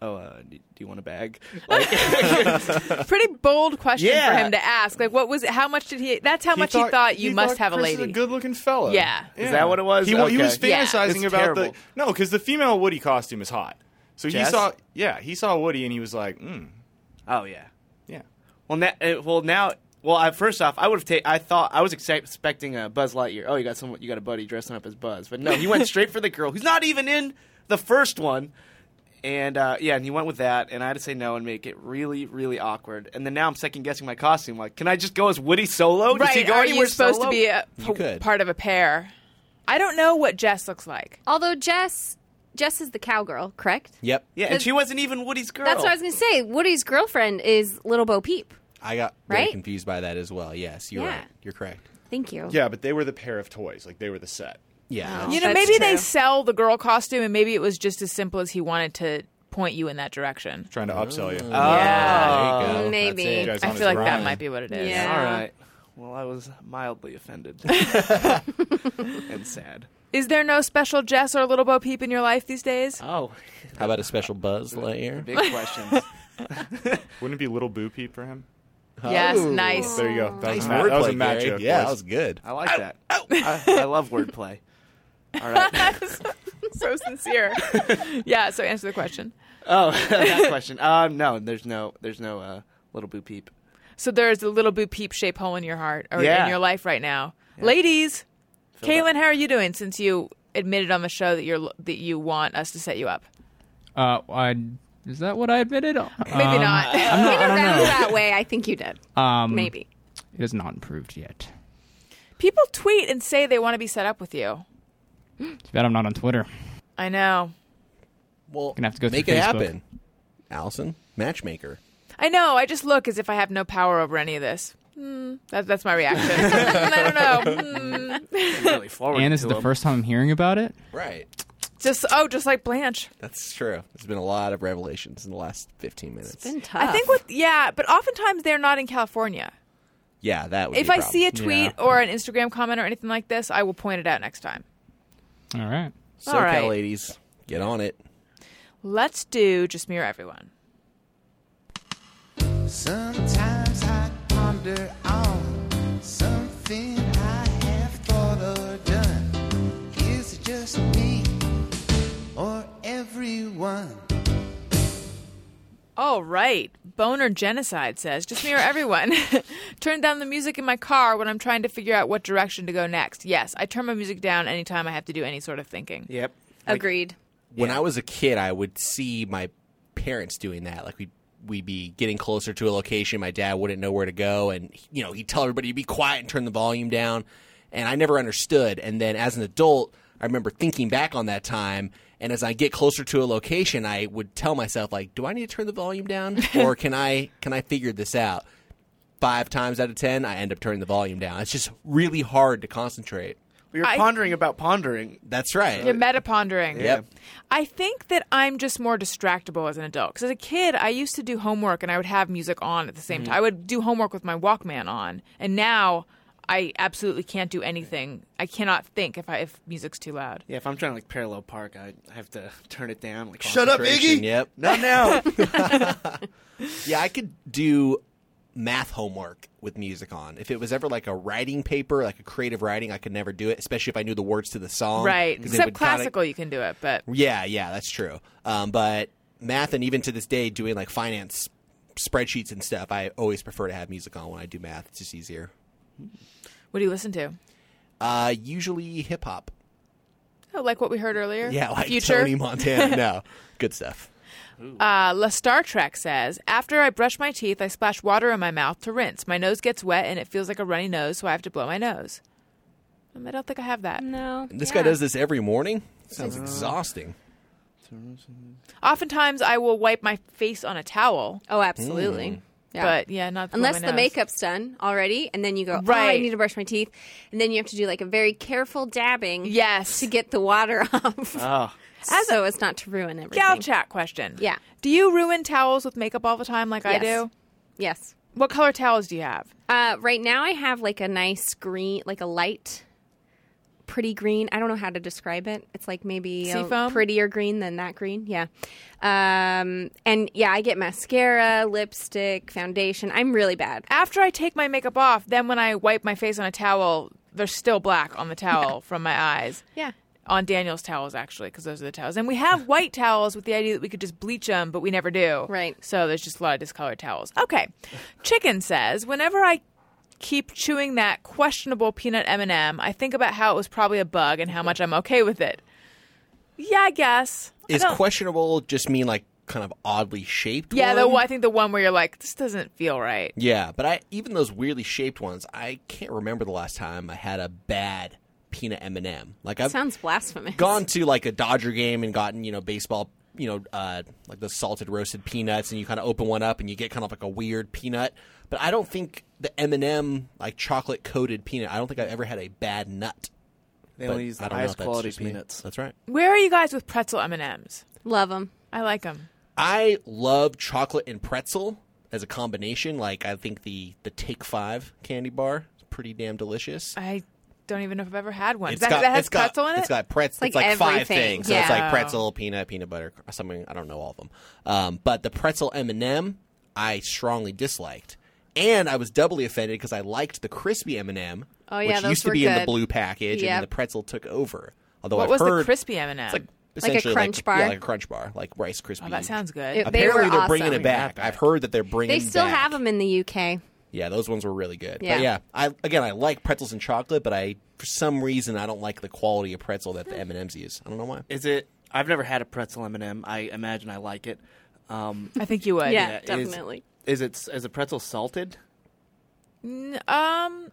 Speaker 3: oh, uh, do, do you want a bag? Like,
Speaker 1: Pretty bold question for
Speaker 3: Yeah.
Speaker 1: him to ask. Like, what was it? How much did he? That's how much he thought you must have a
Speaker 7: Chris is
Speaker 1: lady.
Speaker 7: a good-looking fella.
Speaker 1: Yeah.
Speaker 3: Is that what it was?
Speaker 7: He, wa- he was
Speaker 3: Okay.
Speaker 1: Yeah.
Speaker 7: fantasizing
Speaker 3: It's
Speaker 7: about the
Speaker 3: terrible.
Speaker 7: no, because the female Woody costume is hot. So he
Speaker 3: Jess?
Speaker 7: saw, yeah, he saw Woody and he was like, mm,
Speaker 3: oh yeah.
Speaker 7: yeah.
Speaker 3: Well, now, uh, well now, well, I, first off, I would have taken. I thought I was ex- expecting a Buzz Lightyear. Oh, you got someone, you got a buddy dressing up as Buzz, but no, he went straight for the girl who's not even in the first one. And uh, yeah, and he went with that, and I had to say no and make it really, really awkward. And then now I'm second guessing my costume. Like, can I just go as Woody solo? Does he
Speaker 1: right?
Speaker 3: go
Speaker 1: Are
Speaker 3: anywhere
Speaker 1: you supposed
Speaker 3: solo?
Speaker 1: to be a
Speaker 6: You could.
Speaker 1: part of a pair? I don't know what Jess looks like.
Speaker 4: although Jess Jess is the cowgirl, correct?
Speaker 6: Yep.
Speaker 3: Yeah, and she wasn't even Woody's girl.
Speaker 4: That's what I was gonna say. Woody's girlfriend is Little Bo Peep.
Speaker 6: I got very
Speaker 4: Right?
Speaker 6: confused by that as well. Yes, you're
Speaker 4: Yeah.
Speaker 6: right. You're correct.
Speaker 4: Thank you.
Speaker 7: Yeah, but they were the pair of toys. Like they were the set.
Speaker 6: Yeah.
Speaker 4: Oh.
Speaker 1: You know,
Speaker 4: That's
Speaker 1: maybe they
Speaker 4: true.
Speaker 1: sell the girl costume, and maybe it was just as simple as he wanted to point you in that direction.
Speaker 7: Trying to upsell
Speaker 1: Oh.
Speaker 7: you.
Speaker 1: Uh,
Speaker 6: yeah. There you go. Oh, That's
Speaker 4: Mm, Maybe.
Speaker 6: it.
Speaker 7: You guys
Speaker 1: I
Speaker 7: on
Speaker 1: feel
Speaker 7: his
Speaker 1: like that
Speaker 7: grind.
Speaker 1: might be what it is.
Speaker 4: Yeah.
Speaker 3: All right. Well, I was mildly offended and sad.
Speaker 1: Is there no special Jess or Little Bo Peep in your life these days?
Speaker 3: Oh,
Speaker 6: How about a special buzz layer?
Speaker 3: big questions.
Speaker 7: Wouldn't it be Little Boo Peep for him?
Speaker 1: Yes,
Speaker 6: Oh.
Speaker 1: nice.
Speaker 7: There you go. That was,
Speaker 6: Nice
Speaker 7: a Matt, that was a
Speaker 6: wordplay,
Speaker 7: Matt
Speaker 6: Gary.
Speaker 7: joke.
Speaker 6: Yeah, that
Speaker 7: boys.
Speaker 6: was good.
Speaker 3: I like that. I, I love wordplay. All right.
Speaker 1: so sincere. yeah. So answer the question.
Speaker 3: Oh, that question. Um, no, there's no, there's no uh, little boo peep.
Speaker 1: So there is a Little Boo Peep shape hole in your heart or
Speaker 3: Yeah.
Speaker 1: in your life right now, ladies. Kaylin, how are you doing? Since you admitted on the show that you're that you want us to set you up.
Speaker 5: Uh, I Is that what I admitted? Maybe
Speaker 1: Maybe not.
Speaker 5: I'm not. I don't
Speaker 4: Around
Speaker 5: know.
Speaker 4: that way, I think you did.
Speaker 5: Um,
Speaker 4: Maybe.
Speaker 5: it is not improved yet.
Speaker 1: People tweet and say they want to be set up with you.
Speaker 5: Too bad I'm not on Twitter.
Speaker 1: I know.
Speaker 6: Well,
Speaker 5: Gonna have to go
Speaker 6: make
Speaker 5: through
Speaker 6: it
Speaker 5: Facebook.
Speaker 6: happen, Allison. Matchmaker.
Speaker 1: I know. I just look as if I have no power over any of this. Hmm. that, that's my reaction. I don't know. Hmm.
Speaker 3: really forward
Speaker 5: and this is
Speaker 3: to
Speaker 5: the
Speaker 3: him.
Speaker 5: first time I'm hearing about it.
Speaker 6: Right.
Speaker 1: Just oh, just like Blanche.
Speaker 6: That's true. There's been a lot of revelations in the last 15 minutes.
Speaker 4: It's been tough.
Speaker 1: I think with yeah, but oftentimes they're not in California.
Speaker 6: yeah, that would
Speaker 1: If
Speaker 6: be
Speaker 1: I see a
Speaker 5: problem.
Speaker 1: tweet
Speaker 5: Yeah.
Speaker 1: or an Instagram comment or anything like this, I will point it out next time.
Speaker 5: All right.
Speaker 6: SoCal
Speaker 1: all right.
Speaker 6: ladies, get on it.
Speaker 1: Let's do just me or everyone.
Speaker 2: Sometimes I ponder on something I have thought or done. Is it just me or everyone?
Speaker 1: All right. Boner Genocide says, just me or everyone. turn down the music in my car when I'm trying to figure out what direction to go next. Yes, I turn my music down anytime I have to do any sort of thinking.
Speaker 3: Yep.
Speaker 4: Agreed.
Speaker 6: When I was a kid, I would see my parents doing that. Like we we'd be getting closer to a location, my dad wouldn't know where to go and you know, he'd tell everybody to be quiet and turn the volume down, and I never understood. And then as an adult, I remember thinking back on that time and as I get closer to a location, I would tell myself like, do I need to turn the volume down or can I can I figure this out? 5 times out of 10, I end up turning the volume down. It's just really hard to concentrate.
Speaker 3: We were
Speaker 1: I-
Speaker 3: pondering about pondering.
Speaker 6: That's right.
Speaker 1: You're meta pondering.
Speaker 6: Yep.
Speaker 1: I think that I'm just more distractible as an adult. Because as a kid, I used to do homework and I would have music on at the
Speaker 6: Mm-hmm.
Speaker 1: same time. I would do homework with my Walkman on, and now I absolutely can't do anything. I cannot think if I, if music's too loud.
Speaker 3: Yeah, if I'm trying to like parallel park, I have to turn it down. Like
Speaker 6: Shut up,
Speaker 3: concentration.
Speaker 6: Iggy. Yep.
Speaker 3: Not now.
Speaker 6: Yeah, I could do math homework with music on. If it was ever like a writing paper, like a creative writing, I could never do it, especially if I knew the words to the song.
Speaker 1: right.
Speaker 6: 'cause it
Speaker 1: Except
Speaker 6: would kinda-
Speaker 1: classical, you can do it, but
Speaker 6: yeah, yeah, that's true. Um, but math, and even to this day, doing like finance spreadsheets and stuff, I always prefer to have music on when I do math. It's just easier.
Speaker 1: what do you listen to?
Speaker 6: Uh, usually hip hop.
Speaker 1: Oh, like what we heard earlier.
Speaker 6: Yeah, like
Speaker 1: Future.
Speaker 6: Tony Montana. No, good stuff.
Speaker 1: Uh, La Star Trek says, after I brush my teeth, I splash water in my mouth to rinse. My nose gets wet and it feels like a runny nose, so I have to blow my nose. Um, I don't think I have that.
Speaker 4: No.
Speaker 6: This
Speaker 4: Yeah.
Speaker 6: guy does this every morning. Sounds exhausting.
Speaker 1: Oftentimes, I will wipe my face on a towel,
Speaker 4: Oh, absolutely. Yeah.
Speaker 1: but yeah, not blow
Speaker 4: Unless
Speaker 1: my
Speaker 4: the
Speaker 1: nose.
Speaker 4: makeup's done already, and then you go, right. I
Speaker 1: Right.
Speaker 4: need to brush my teeth. And then you have to do like a very careful dabbing
Speaker 1: Yes.
Speaker 4: to get the water off.
Speaker 3: oh,
Speaker 4: As so as not to ruin everything.
Speaker 1: Gal chat question.
Speaker 4: Yeah.
Speaker 1: Do you ruin towels with makeup all the time like I
Speaker 4: Yes.
Speaker 1: do?
Speaker 4: Yes.
Speaker 1: What color towels do you have?
Speaker 4: Uh, right now, I have like a nice green, like a light, pretty green. I don't know how to describe it. It's like maybe a
Speaker 1: Seafoam?
Speaker 4: prettier green than that green. Yeah. Um, and yeah, I get mascara, lipstick, foundation. I'm really bad.
Speaker 1: After I take my makeup off, then when I wipe my face on a towel, there's still black on the towel from my eyes.
Speaker 4: Yeah.
Speaker 1: On Daniel's towels, actually, because those are the towels. And we have white towels with the idea that we could just bleach them, but we never do.
Speaker 4: Right.
Speaker 1: So there's just a lot of discolored towels. Okay. Chicken says, whenever I keep chewing that questionable peanut M&M, I think about how it was probably a bug and how much I'm okay with it. Yeah, I guess. I
Speaker 6: Is
Speaker 1: don't-
Speaker 6: questionable just mean like kind of oddly shaped?
Speaker 1: yeah,
Speaker 6: one?
Speaker 1: the, I think the one where you're like, this doesn't feel right.
Speaker 6: Yeah, but I even those weirdly shaped ones, I can't remember the last time I had a bad peanut M and m Like I've
Speaker 4: Sounds blasphemous.
Speaker 6: gone to like a Dodger game and gotten you know baseball, you know, uh, like the salted roasted peanuts, and you kind of open one up and you get kind of like a weird peanut. But I don't think the M and m like chocolate coated peanut. I don't think I've ever had a bad nut.
Speaker 3: they
Speaker 6: But
Speaker 3: only use
Speaker 6: I
Speaker 3: the
Speaker 6: don't know if
Speaker 3: highest
Speaker 6: that's
Speaker 3: quality
Speaker 6: just me.
Speaker 3: peanuts.
Speaker 6: That's right.
Speaker 1: Where are you guys with pretzel M&Ms?
Speaker 4: Love them.
Speaker 1: I like them.
Speaker 6: I love chocolate and pretzel as a combination. Like I think the the Take Five candy bar is pretty damn delicious.
Speaker 1: I don't even know if I've ever had one.
Speaker 6: It's
Speaker 1: Is that, that has
Speaker 6: it's got-
Speaker 1: pretzel in it?
Speaker 6: It's got pretzel.
Speaker 4: Like
Speaker 6: It's like, five
Speaker 4: everything.
Speaker 6: things. So it's
Speaker 4: Yeah.
Speaker 6: like pretzel, peanut, peanut butter, cr- something. I don't know all of them. Um, but the pretzel M and m I strongly disliked, and I was doubly offended because I liked the crispy M and m
Speaker 4: Oh, yeah,
Speaker 6: which
Speaker 4: those
Speaker 6: used to
Speaker 4: were
Speaker 6: be in the
Speaker 4: good.
Speaker 6: blue package, and
Speaker 4: Yep.
Speaker 6: then the pretzel took over. Although
Speaker 1: what
Speaker 6: I've
Speaker 1: was
Speaker 6: heard
Speaker 1: the crispy M&M?
Speaker 6: it's like
Speaker 4: a
Speaker 6: essentially
Speaker 4: crunch bar?
Speaker 6: yeah, like a crunch bar, like rice crispy.
Speaker 1: oh, that sounds good.
Speaker 4: It- They
Speaker 6: Apparently
Speaker 4: were
Speaker 6: are bringing
Speaker 4: awesome.
Speaker 6: it back. I've heard that they're bringing.
Speaker 4: They still
Speaker 6: back.
Speaker 4: have them in the UK.
Speaker 6: Yeah, those ones were really good.
Speaker 4: Yeah.
Speaker 6: But yeah, I again I like pretzels and chocolate, but I for some reason I don't like the quality of
Speaker 4: Hmm.
Speaker 6: pretzel that the M and M's use. I don't know why.
Speaker 3: Is it? I've never had a pretzel M and m I imagine I like it. Um,
Speaker 1: I think you would.
Speaker 4: Yeah,
Speaker 3: yeah, it is-
Speaker 4: definitely.
Speaker 3: is it s- is a pretzel salted?
Speaker 1: N- Um,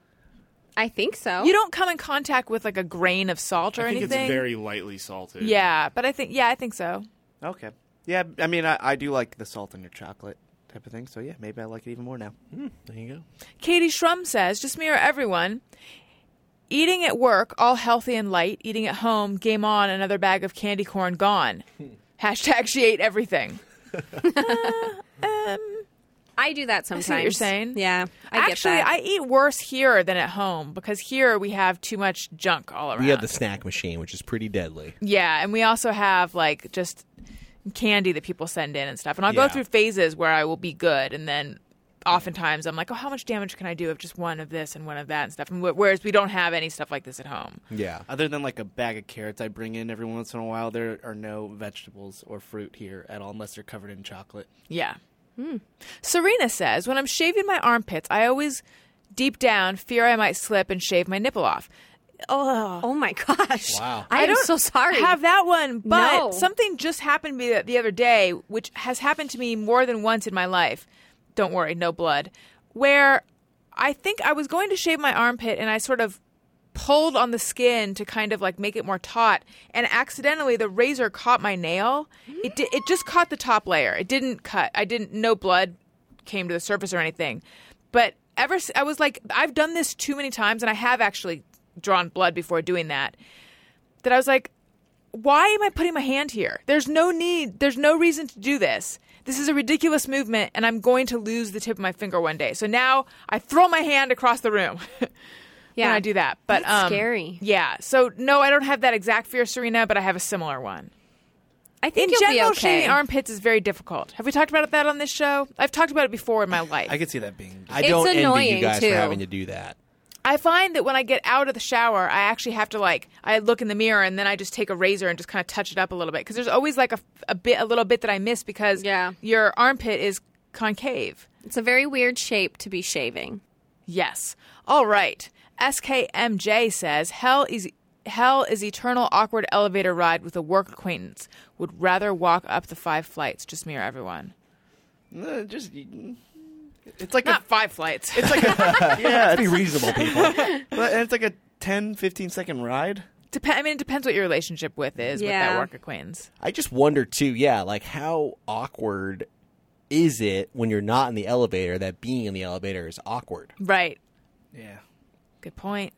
Speaker 4: I think so.
Speaker 1: you don't come in contact with like a grain of salt or
Speaker 7: I think
Speaker 1: anything.
Speaker 7: it's very lightly salted.
Speaker 1: yeah, but I think yeah, I think so.
Speaker 3: Okay. Yeah, I mean, I, I do like the salt in your chocolate type of thing. So yeah, maybe I like it even more now.
Speaker 6: Hmm, There you go.
Speaker 1: Katie Shrum says, just me or everyone. Eating at work, all healthy and light. Eating at home, game on, another bag of candy corn gone. Hashtag she ate everything.
Speaker 4: I do that sometimes.
Speaker 1: see what you're saying.
Speaker 4: Yeah, I get
Speaker 1: Actually,
Speaker 4: that.
Speaker 1: I eat worse here than at home because here we have too much junk all around.
Speaker 6: We have the snack machine, which is pretty deadly.
Speaker 1: Yeah, and we also have like just candy that people send in and stuff. And I'll
Speaker 6: Yeah.
Speaker 1: go through phases where I will be good, and then oftentimes I'm like, oh, how much damage can I do of just one of this and one of that and stuff? And wh- whereas we don't have any stuff like this at home.
Speaker 6: Yeah.
Speaker 3: Other than like a bag of carrots I bring in every once in a while, there are no vegetables or fruit here at all unless they're covered in chocolate.
Speaker 1: Yeah.
Speaker 4: Hmm.
Speaker 1: Serena says, when I'm shaving my armpits, I always deep down fear I might slip and shave my nipple off. Oh,
Speaker 4: oh my gosh!
Speaker 6: Wow.
Speaker 1: I
Speaker 4: I, am
Speaker 1: don't
Speaker 4: so sorry.
Speaker 1: have that one, but
Speaker 4: No.
Speaker 1: something just happened to me the other day, which has happened to me more than once in my life. Don't worry, no blood. Where I think I was going to shave my armpit and I sort of pulled on the skin to kind of like make it more taut, and accidentally the razor caught my nail. It di- it just caught the top layer. It didn't cut. I didn't. No blood came to the surface or anything. But ever s- I was like, I've done this too many times, and I have actually drawn blood before doing that that I was like, why am I putting my hand here? There's no need, there's no reason to do this. This is a ridiculous movement, and I'm going to lose the tip of my finger one day. So now I throw my hand across the room
Speaker 4: yeah,
Speaker 1: when I do that. But
Speaker 4: That's
Speaker 1: um,
Speaker 4: scary.
Speaker 1: Yeah. So no, I don't have that exact fear, Serena, but I have a similar one.
Speaker 4: I
Speaker 1: In
Speaker 4: think you'll
Speaker 1: general,
Speaker 4: be okay.
Speaker 1: shaving armpits is very difficult. Have we talked about that on this show? I've talked about it before in my life.
Speaker 3: I could see that being.
Speaker 6: I
Speaker 4: It's
Speaker 6: don't envy
Speaker 4: annoying,
Speaker 6: you guys
Speaker 4: too.
Speaker 6: for having to do that.
Speaker 1: I find that when I get out of the shower, I actually have to like I look in the mirror and then I just take a razor and just kind of touch it up a little bit because there's always like a, a bit a little bit that I miss because
Speaker 4: Yeah.
Speaker 1: your armpit is concave.
Speaker 4: it's a very weird shape to be shaving.
Speaker 1: Yes. All right. SKMJ says hell is hell is eternal awkward elevator ride with a work acquaintance. Would rather walk up the five flights. Just me or everyone.
Speaker 3: Uh, just it's like
Speaker 1: Not five flights.
Speaker 3: a, it's like a, yeah,
Speaker 6: Be
Speaker 3: it's,
Speaker 6: reasonable, people.
Speaker 3: but it's like a 10, 15 second ride.
Speaker 1: Dep- I mean, it depends what your relationship with is with that
Speaker 4: Yeah.
Speaker 1: work acquaintance.
Speaker 6: I just wonder too, yeah, like how awkward is it when you're not in the elevator that being in the elevator is awkward?
Speaker 1: Right.
Speaker 3: Yeah,
Speaker 1: Good point.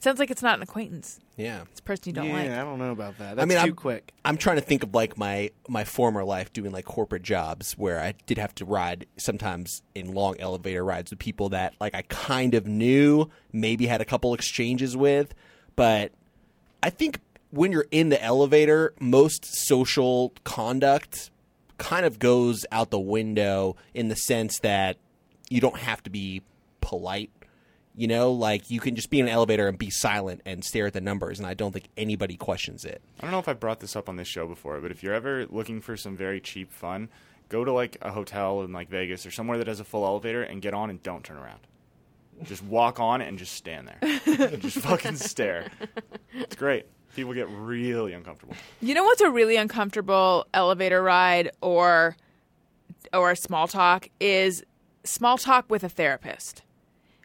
Speaker 1: Sounds like it's not an acquaintance.
Speaker 6: Yeah.
Speaker 1: It's a person you don't
Speaker 3: yeah,
Speaker 1: like.
Speaker 3: I don't know about that. That's
Speaker 6: I mean,
Speaker 3: too
Speaker 6: I'm
Speaker 3: quick.
Speaker 6: I'm trying to think of like my my former life doing like corporate jobs where I did have to ride sometimes in long elevator rides with people that like I kind of knew, maybe had a couple exchanges with, but I think when you're in the elevator, most social conduct kind of goes out the window in the sense that you don't have to be polite. You know, like you can just be in an elevator and be silent and stare at the numbers, and I don't think anybody questions it.
Speaker 7: I don't know if I brought this up on this show before, but if you're ever looking for some very cheap fun, go to like a hotel in like Vegas or somewhere that has a full elevator and get on and don't turn around. Just walk on and just stand there. just fucking stare. It's great. People get really uncomfortable.
Speaker 1: You know what's a really uncomfortable elevator ride or or small talk is small talk with a therapist.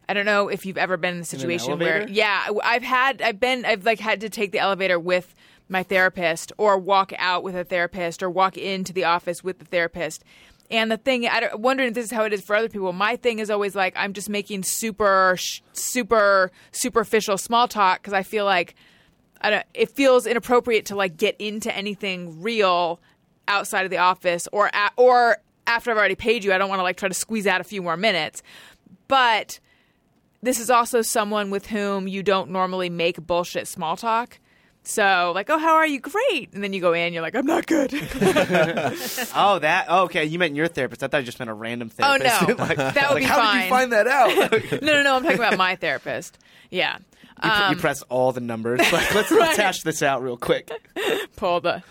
Speaker 1: I don't know if you've ever been in the
Speaker 3: an
Speaker 1: situation where
Speaker 3: elevator?
Speaker 1: yeah, I- I've had I've been I've like had to take the elevator with my therapist or walk out with a therapist or walk into the office with the therapist. And the thing I don't, wondering if this is how it is for other people. My thing is always like I'm just making super sh- super superficial small talk cuz I feel like I don't, it feels inappropriate to like get into anything real outside of the office or a or after I've already paid you. I don't want to like try to squeeze out a few more minutes. But this is also someone with whom you don't normally make bullshit small talk. So like, oh, how are you? Great. And then you go in, you're like, I'm not good.
Speaker 3: Oh, that. Oh, okay, you meant your therapist. I thought you just meant a random
Speaker 1: oh
Speaker 3: therapist.
Speaker 1: no,
Speaker 3: Like-
Speaker 1: that would
Speaker 3: like,
Speaker 1: be
Speaker 3: how
Speaker 1: fine.
Speaker 3: did you find that out? you, pr-
Speaker 1: no, no, no. I'm talking about my therapist. Yeah.
Speaker 3: you
Speaker 1: Um,
Speaker 3: press all the numbers. Like, let's attach this out real quick.
Speaker 1: pull the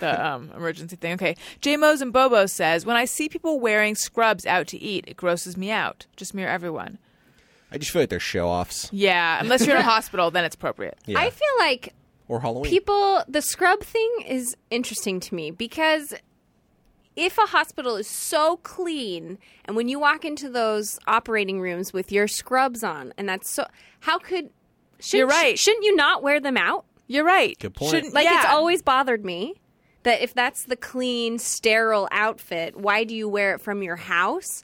Speaker 1: the um, emergency thing. Okay. J Mos and Bobo says, When I see people wearing scrubs out to eat, it grosses me out. Just mirror everyone.
Speaker 6: I just feel like they're show offs
Speaker 1: Yeah. Unless you're in a hospital, then it's appropriate.
Speaker 6: Yeah.
Speaker 4: I feel like
Speaker 6: or Halloween.
Speaker 4: people the scrub thing is interesting to me because if a hospital is so clean and when you walk into those operating rooms with your scrubs on and that's so how could should,
Speaker 1: You're right.
Speaker 4: shouldn't you not wear them out
Speaker 1: You're right.
Speaker 6: Good point.
Speaker 1: Shouldn't-
Speaker 4: like it's
Speaker 1: yeah.
Speaker 4: always bothered me that if that's the clean sterile outfit why do you wear it from your house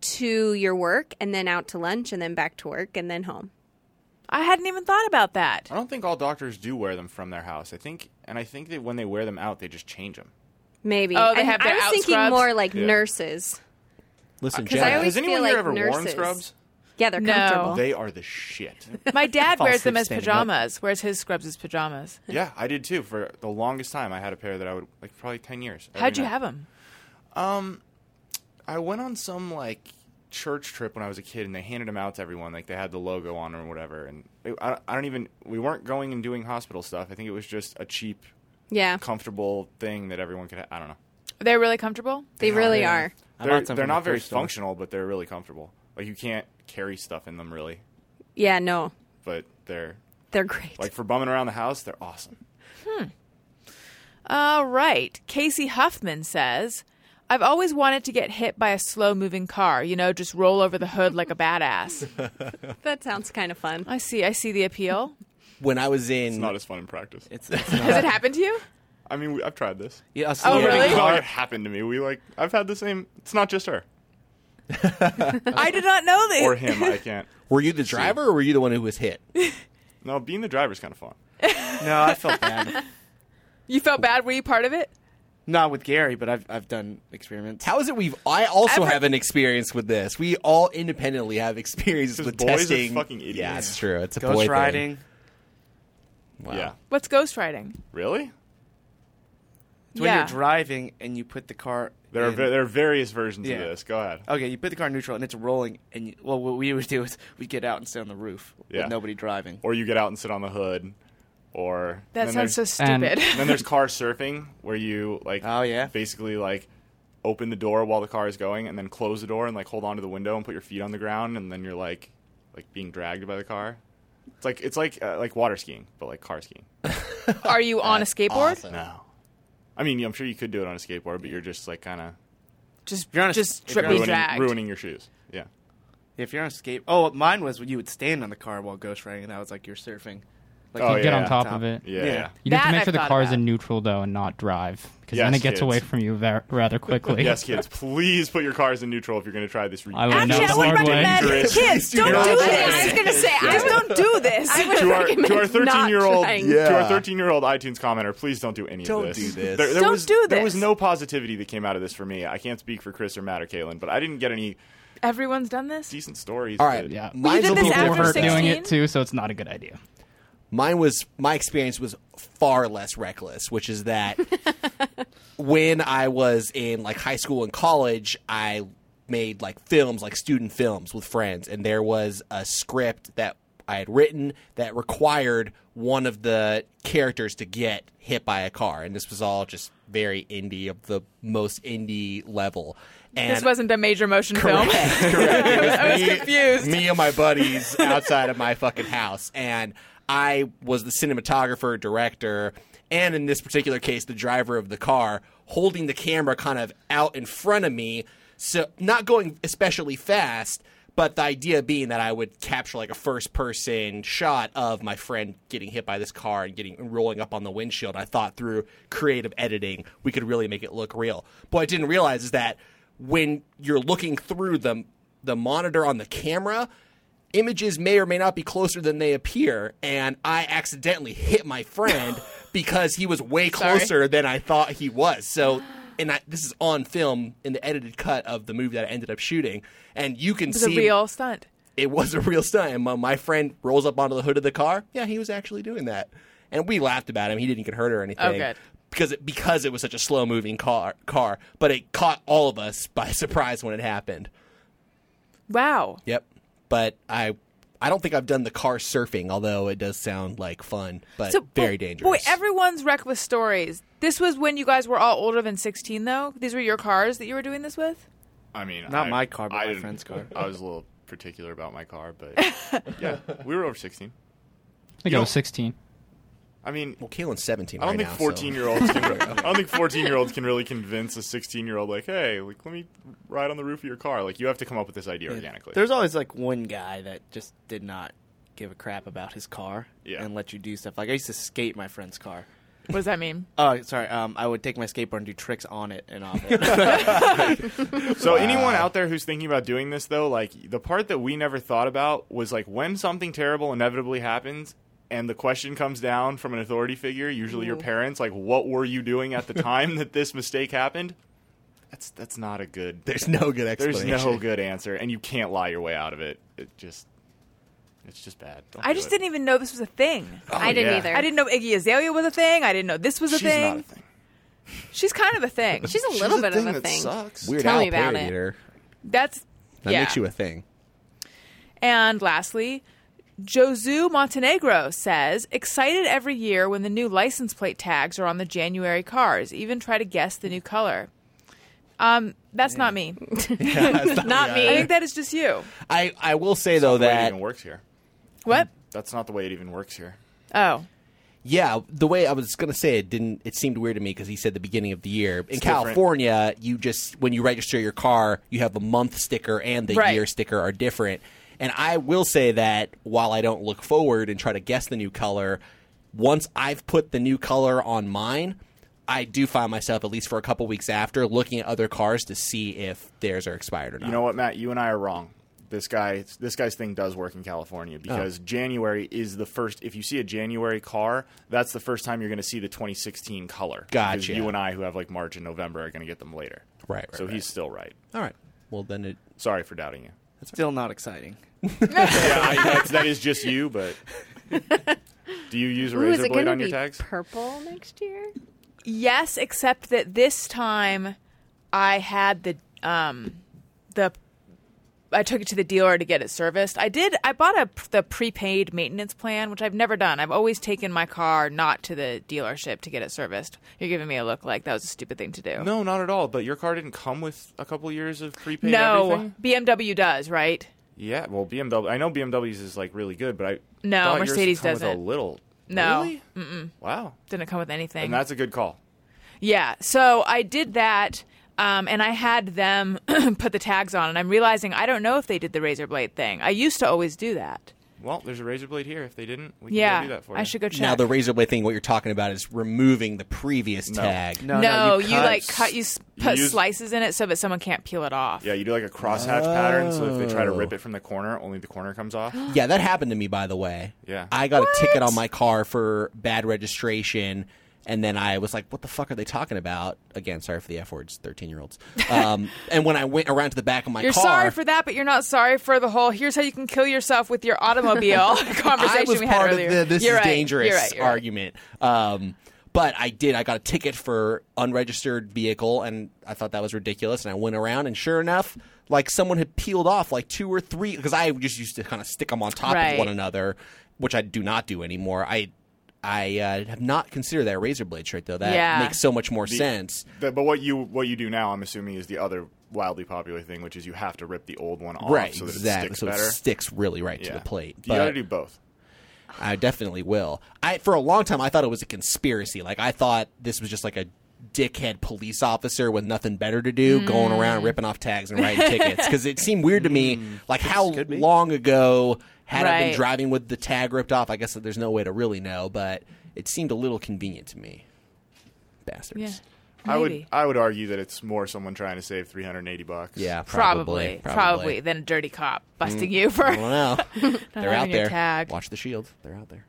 Speaker 4: to your work and then out to lunch and then back to work and then home
Speaker 1: I hadn't even thought about that.
Speaker 7: I don't think all doctors do wear them from their house. I think, and I think that when they wear them out, they just change them.
Speaker 4: maybe
Speaker 1: Oh, they
Speaker 4: And
Speaker 1: have
Speaker 4: i
Speaker 1: their
Speaker 4: was
Speaker 1: out
Speaker 4: thinking
Speaker 1: scrubs?
Speaker 4: more like
Speaker 7: Yeah.
Speaker 4: nurses
Speaker 6: Listen,
Speaker 4: 'Cause I
Speaker 6: Jack.
Speaker 4: always-
Speaker 7: Has anyone
Speaker 4: feel
Speaker 7: here
Speaker 4: like
Speaker 7: ever worn
Speaker 4: nurses-
Speaker 7: scrubs?
Speaker 4: yeah they're
Speaker 1: No.
Speaker 4: comfortable
Speaker 7: They are the shit.
Speaker 1: My dad
Speaker 3: Fall
Speaker 1: wears them
Speaker 3: asleep
Speaker 1: as
Speaker 3: standing up.
Speaker 1: pajamas, wears his scrubs as pajamas.
Speaker 7: yeah, I did too. For the longest time, I had a pair that I would like probably ten years.
Speaker 1: How'd you
Speaker 7: Every night.
Speaker 1: have them?
Speaker 7: I went on some like church trip when I was a kid, and they handed them out to everyone. Like they had the logo on or whatever. And it, I, I don't even. We weren't going and doing hospital stuff. I think it was just a cheap,
Speaker 4: yeah
Speaker 7: comfortable thing that everyone could. Ha- I don't know.
Speaker 1: They're really comfortable.
Speaker 4: they really are
Speaker 3: I
Speaker 7: They're,
Speaker 3: bought some
Speaker 7: they're
Speaker 3: from the
Speaker 7: not very
Speaker 3: thrift store.
Speaker 7: functional, but they're really comfortable. Like you can't carry stuff in them really,
Speaker 4: yeah no
Speaker 7: but they're
Speaker 4: they're great
Speaker 7: like for bumming around the house. They're awesome.
Speaker 1: All right. Casey Huffman says, I've always wanted to get hit by a slow moving car, you know, just roll over the hood like a badass.
Speaker 4: that sounds kind of fun
Speaker 1: I see. I see the appeal.
Speaker 6: when I was in
Speaker 7: It's not as fun in practice.
Speaker 3: It's, it's
Speaker 1: Has it
Speaker 3: not,
Speaker 1: happened to you?
Speaker 7: I mean, we, I've tried this.
Speaker 3: yeah, a
Speaker 1: Oh,
Speaker 3: slow
Speaker 1: really?
Speaker 7: It's not like it happened to me. We like I've had the same. It's not just her
Speaker 1: I did not know this.
Speaker 7: or him. I can't.
Speaker 6: Were you the driver or were you the one who was hit?
Speaker 7: No, being the driver's kind of fun.
Speaker 3: No, I felt bad.
Speaker 1: You felt bad. Were you part of it?
Speaker 3: not with Gary, but I've I've done experiments.
Speaker 6: How is it we've I also
Speaker 1: Ever-
Speaker 6: have an experience with this. We all independently have experience
Speaker 7: Because
Speaker 6: with
Speaker 7: boys are
Speaker 6: testing.
Speaker 7: fucking idiots.
Speaker 6: Yeah, it's true. It's a boy
Speaker 3: Ghost
Speaker 6: thing.
Speaker 3: riding.
Speaker 6: Wow.
Speaker 7: Yeah.
Speaker 1: What's ghostwriting?
Speaker 7: Really?
Speaker 3: It's when you're driving and you put the car.
Speaker 7: There are
Speaker 3: in-
Speaker 7: va- there are various versions
Speaker 3: Yeah.
Speaker 7: of this. Go ahead.
Speaker 3: Okay, you put the car in neutral and it's rolling. And you, well, what we would do is we get out and sit on the roof
Speaker 7: Yeah.
Speaker 3: with nobody driving.
Speaker 7: Or you get out and sit on the hood, or
Speaker 1: that
Speaker 7: and then
Speaker 1: sounds so
Speaker 7: there's-
Speaker 5: and-
Speaker 1: stupid.
Speaker 7: and then there's car surfing where you like
Speaker 3: Oh, yeah.
Speaker 7: basically like open the door while the car is going and then close the door and like hold onto the window and put your feet on the ground and then you're like like being dragged by the car. It's like it's like uh, like water skiing but like car skiing.
Speaker 1: Are you on a skateboard?
Speaker 7: No. I mean, I'm sure you could do it on a skateboard, but you're just like kind of
Speaker 1: Just,
Speaker 3: You're on a-
Speaker 1: just
Speaker 3: if you're
Speaker 1: dri-
Speaker 3: on a-
Speaker 1: be
Speaker 7: ruining,
Speaker 1: dragged.
Speaker 7: ruining your shoes. Yeah.
Speaker 3: If you're on a skate, oh, mine was when you would stand on the car while ghost riding, and I was like, you're surfing. Like,
Speaker 7: Oh,
Speaker 3: you-
Speaker 5: get on
Speaker 7: yeah.
Speaker 5: top
Speaker 3: Top.
Speaker 5: of it.
Speaker 7: Yeah.
Speaker 3: Yeah.
Speaker 7: yeah.
Speaker 5: You have
Speaker 1: That
Speaker 5: to make
Speaker 1: I've
Speaker 5: sure the
Speaker 1: thought
Speaker 5: car's
Speaker 1: about.
Speaker 5: in neutral though and not drive because
Speaker 7: Yes,
Speaker 5: then it gets
Speaker 7: kids.
Speaker 5: away from you ve- rather quickly.
Speaker 7: Yes, kids, please put your cars in neutral if you're going to try this.
Speaker 5: I learned
Speaker 1: Actually,
Speaker 5: that
Speaker 1: I
Speaker 5: the
Speaker 1: would
Speaker 5: hard
Speaker 1: recommend
Speaker 5: way.
Speaker 7: dangerous.
Speaker 1: kids don't
Speaker 7: You're
Speaker 1: do
Speaker 7: not
Speaker 1: this.
Speaker 4: I was gonna say, I
Speaker 1: Kids
Speaker 4: would-
Speaker 1: don't do this.
Speaker 4: I would
Speaker 7: to our
Speaker 4: recommend
Speaker 7: to our
Speaker 4: not
Speaker 7: thirteen year old
Speaker 4: trying.
Speaker 7: to our
Speaker 6: Yeah.
Speaker 7: thirteen year old iTunes commenter, please don't do any
Speaker 6: Don't
Speaker 7: of
Speaker 6: do
Speaker 7: this.
Speaker 6: this.
Speaker 7: There, there
Speaker 1: Don't
Speaker 7: was,
Speaker 1: do
Speaker 7: There was
Speaker 1: this.
Speaker 7: no positivity that came out of this for me. I can't speak for Chris or Matt or Kalen, but I didn't get any
Speaker 1: Everyone's done this.
Speaker 7: decent stories.
Speaker 6: All right.
Speaker 7: that-
Speaker 5: Yeah.
Speaker 6: Mine's
Speaker 1: did
Speaker 6: a
Speaker 1: this
Speaker 6: little
Speaker 1: after
Speaker 5: People were
Speaker 6: different.
Speaker 5: doing
Speaker 1: 16?
Speaker 5: it too, so it's not a good idea.
Speaker 6: mine was my experience was far less reckless which is that when i was in like high school and college i made like films like student films with friends and there was a script that i had written that required one of the characters to get hit by a car and this was all just very indie of the most indie level and
Speaker 1: This wasn't a major motion film.
Speaker 6: Correct, correct. It was
Speaker 1: I was
Speaker 6: me-
Speaker 1: confused.
Speaker 6: Me and my buddies outside of my fucking house, and I was the cinematographer, director, and in this particular case, the driver of the car, holding the camera kind of out in front of me, so not going especially fast. But the idea being that I would capture like a first person shot of my friend getting hit by this car and getting and rolling up on the windshield. I thought through creative editing, we could really make it look real. But what I didn't realize is that when you're looking through the the monitor on the camera, images may or may not be closer than they appear, and I accidentally hit my friend because he was way closer than I thought he was. So, and I, this is on film in the edited cut of the movie that I ended up shooting, and you can
Speaker 1: It was a
Speaker 6: see
Speaker 1: real stunt.
Speaker 6: it was a real stunt. And my, my friend rolls up onto the hood of the car. Yeah, he was actually doing that, and we laughed about him. He didn't get hurt or anything.
Speaker 1: Oh, good.
Speaker 6: Because it, because it was such a slow moving car car, but it caught all of us by surprise when it happened.
Speaker 1: Wow.
Speaker 6: Yep. But I I don't think I've done the car surfing, although it does sound like fun, but uh, very
Speaker 1: bo-
Speaker 6: dangerous.
Speaker 1: Boy, everyone's reckless stories. This was when you guys were all older than 16, though. These were your cars that you were doing this with.
Speaker 7: I mean,
Speaker 3: Not
Speaker 7: I-
Speaker 3: my car, but
Speaker 7: I
Speaker 3: my
Speaker 7: didn't-
Speaker 3: friend's car.
Speaker 7: I was a little particular about my car, but yeah, we were over sixteen.
Speaker 5: I think I was 16.
Speaker 7: I mean,
Speaker 6: Well, Kalen's 17
Speaker 7: I
Speaker 6: right
Speaker 7: don't think
Speaker 6: now, so-
Speaker 7: 14 year olds can I don't think 14 year olds can really convince a 16 year old like, "Hey, like let me ride on the roof of your car." Like you have to come up with this idea organically.
Speaker 3: There's always like one guy that just did not give a crap about his car
Speaker 7: Yeah.
Speaker 3: and let you do stuff. Like I used to skate my friend's car.
Speaker 1: What does that mean?
Speaker 3: Oh, sorry. Um, I would take my skateboard and do tricks on it and off it.
Speaker 7: So anyone out there who's thinking about doing this though, like the part that we never thought about was like when something terrible inevitably happens and the question comes down from an authority figure, usually
Speaker 1: Mm-hmm.
Speaker 7: your parents, like what were you doing at the time that this mistake happened? That's that's not a good
Speaker 6: There's no good
Speaker 7: there's
Speaker 6: explanation.
Speaker 7: no good answer and you can't lie your way out of it. It just it's just bad. Don't
Speaker 1: I
Speaker 7: do
Speaker 1: just
Speaker 7: it.
Speaker 1: didn't even know this was a thing.
Speaker 4: I didn't
Speaker 7: yeah.
Speaker 4: either.
Speaker 1: I didn't know Iggy Azalea was a thing. I didn't know this was a
Speaker 7: She's
Speaker 1: thing.
Speaker 7: not a thing.
Speaker 1: She's kind of a thing.
Speaker 4: She's a little bit of a
Speaker 7: that
Speaker 4: thing.
Speaker 7: sucks.
Speaker 6: Weird
Speaker 4: Tell
Speaker 6: Al
Speaker 4: me about
Speaker 6: parodied
Speaker 4: it.
Speaker 6: her.
Speaker 1: That's
Speaker 6: That
Speaker 1: yeah.
Speaker 6: makes you a thing.
Speaker 1: And lastly, Josu Montenegro says, excited every year when the new license plate tags are on the January cars. Even try to guess the new color. Um, that's not me.
Speaker 4: Not
Speaker 1: I
Speaker 4: me.
Speaker 1: think that is just you.
Speaker 6: I, I will say though
Speaker 7: That's
Speaker 6: Oh, that
Speaker 7: not the way it even works here.
Speaker 1: What?
Speaker 7: That's not the way it even works here.
Speaker 1: Oh,
Speaker 6: yeah, the way I was gonna say it didn't. It seemed weird to me because he said the beginning of the year in
Speaker 7: different.
Speaker 6: California. You just when you register your car, you have the month sticker and the
Speaker 1: Right.
Speaker 6: year sticker are different. And I will say that while I don't look forward and try to guess the new color, once I've put the new color on mine. I do find myself, at least for a couple weeks after, looking at other cars to see if theirs are expired or not.
Speaker 7: You know what, Matt? You and I are wrong. This guy, this guy's thing does work in
Speaker 6: Oh.
Speaker 7: California because January is the first. If you see a January car, that's the first time you're going to see the 2016 color.
Speaker 6: Gotcha.
Speaker 7: Because You and I, who have like March and November, are going to get them later.
Speaker 6: Right, right,
Speaker 7: So
Speaker 6: right.
Speaker 7: he's still right.
Speaker 6: All right. Well, then it
Speaker 7: Sorry for doubting you.
Speaker 3: Still not exciting.
Speaker 7: yeah, I, that's, that is just you. But do you use a
Speaker 4: Ooh, is
Speaker 7: razor
Speaker 4: it
Speaker 7: blade
Speaker 4: going to
Speaker 7: on your
Speaker 4: be
Speaker 7: tags?
Speaker 4: purple next year?
Speaker 1: yes, except that this time I had the um the I took it to the dealer to get it serviced. I did. I bought a the prepaid maintenance plan, which I've never done. I've always taken my car not to the dealership to get it serviced. You're giving me a look like that was a stupid thing to do.
Speaker 7: no, not at all. But your car didn't come with a couple years of prepaid.
Speaker 1: No,
Speaker 7: everything?
Speaker 1: BMW does right.
Speaker 7: Yeah, well, BMW. I know BMWs is like really good, but I
Speaker 1: No,
Speaker 7: thought yours
Speaker 1: Mercedes
Speaker 7: come with a
Speaker 1: doesn't.
Speaker 7: little.
Speaker 1: No.
Speaker 7: really? Wow,
Speaker 1: Didn't come with anything.
Speaker 7: and that's a good call.
Speaker 1: Yeah. So I did that. Um, and I had them put the tags on, and I'm realizing I don't know if they did the razor blade thing. I used to always do that.
Speaker 7: Well, there's a razor blade here. If they didn't, we can
Speaker 1: Yeah,
Speaker 7: go do that for you.
Speaker 1: I should go check.
Speaker 6: Now the razor blade thing, what you're talking about is removing the previous tag.
Speaker 3: No,
Speaker 1: no,
Speaker 3: you,
Speaker 1: you,
Speaker 3: cut-
Speaker 1: like cut you s-
Speaker 7: you
Speaker 1: put
Speaker 7: use-
Speaker 1: slices in it so that someone can't peel it off.
Speaker 7: Yeah, you do like a crosshatch pattern, so if they try to rip
Speaker 6: Oh.
Speaker 7: it from the corner, only the corner comes off.
Speaker 6: Yeah, that happened to me by the way.
Speaker 7: Yeah.
Speaker 6: I got a ticket on my car for bad registration and then I was like, what the fuck are they talking about? Again, sorry for the F words, 13 year olds. Um, and when I went around to the back of my
Speaker 1: You're
Speaker 6: car,
Speaker 1: sorry for that, but you're not sorry for the whole "here's how you can kill yourself with your automobile" conversation
Speaker 6: I was
Speaker 1: we had
Speaker 6: part of
Speaker 1: earlier.
Speaker 6: the this
Speaker 1: You're
Speaker 6: is
Speaker 1: right,
Speaker 6: dangerous
Speaker 1: you're right, you're right.
Speaker 6: argument. Um, but I did. I got a ticket for unregistered vehicle, and I thought that was ridiculous. And I went around, and sure enough, like someone had peeled off like two or three because I just used to kind of stick them on top
Speaker 1: Right.
Speaker 6: of one another, which I do not do anymore. I I uh, have not considered that razor blade trick though. That
Speaker 1: Yeah.
Speaker 6: makes so much more sense.
Speaker 7: The- but what you what you do now, I'm assuming, is the other wildly popular thing, which is you have to rip the old one off
Speaker 6: Right,
Speaker 7: so that
Speaker 6: exactly.
Speaker 7: it sticks
Speaker 6: so
Speaker 7: better.
Speaker 6: it sticks really right
Speaker 7: yeah.
Speaker 6: to the plate.
Speaker 7: You got to
Speaker 6: But-
Speaker 7: do both.
Speaker 6: I definitely will. I for a long time I thought it was a conspiracy. Like I thought this was just like a dickhead police officer with nothing better to do going around
Speaker 1: Mm.
Speaker 6: ripping off tags and writing tickets because it seemed weird to me like how long ago had I
Speaker 1: Right.
Speaker 6: been driving with the tag ripped off I guess that there's no way to really know but it seemed a little convenient to me bastards
Speaker 1: Yeah.
Speaker 7: I would
Speaker 1: Maybe.
Speaker 7: I would argue that it's more someone trying to save 380 bucks.
Speaker 6: yeah
Speaker 1: Probably,
Speaker 6: probably
Speaker 1: probably, Then a dirty cop
Speaker 7: Mm.
Speaker 1: busting you for.
Speaker 6: I don't know they're out
Speaker 1: having your
Speaker 6: there
Speaker 1: tag.
Speaker 6: watch the shield they're out there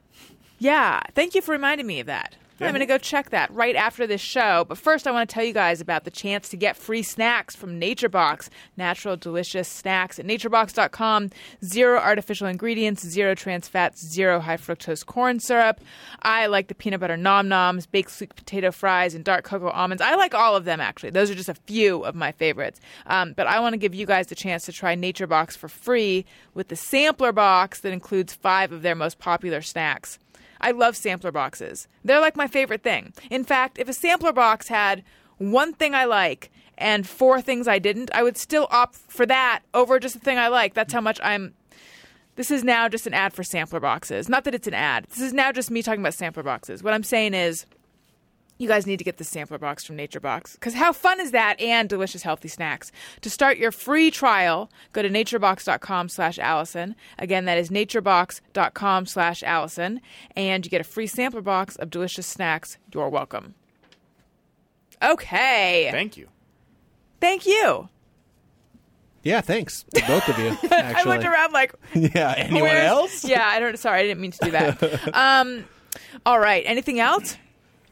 Speaker 1: Yeah, thank you for reminding me of that. I'm going to go check that right after this show. But first, I want to tell you guys about the chance to get free snacks from Nature Box. Natural, delicious snacks at naturebox.com. Zero artificial ingredients, zero trans fats, zero high fructose corn syrup. I like the peanut butter nom noms, baked sweet potato fries, and dark cocoa almonds. I like all of them, actually. Those are just a few of my favorites. Um, but I want to give you guys the chance to try Nature Box for free with the sampler box that includes five of their most popular snacks. I love sampler boxes. They're like my favorite thing. In fact, if a sampler box had one thing I like and four things I didn't, I would still opt for that over just the thing I like. That's how much I'm This is now just an ad for sampler boxes. Not that it's an ad. This is now just me talking about sampler boxes. What I'm saying is, you guys need to get the sampler box from Nature Box because how fun is that? And delicious, healthy snacks. To start your free trial, go to naturebox.com/allison. Again, that is naturebox.com/allison, and you get a free sampler box of delicious snacks. You're welcome. Okay,
Speaker 7: Thank you.
Speaker 1: thank you.
Speaker 6: Yeah, thanks to both of you. Actually.
Speaker 1: I went around like
Speaker 6: Yeah, anyone
Speaker 1: Where's-
Speaker 6: else?
Speaker 1: Yeah, I don't. Sorry, I didn't mean to do that. um, all right. Anything else?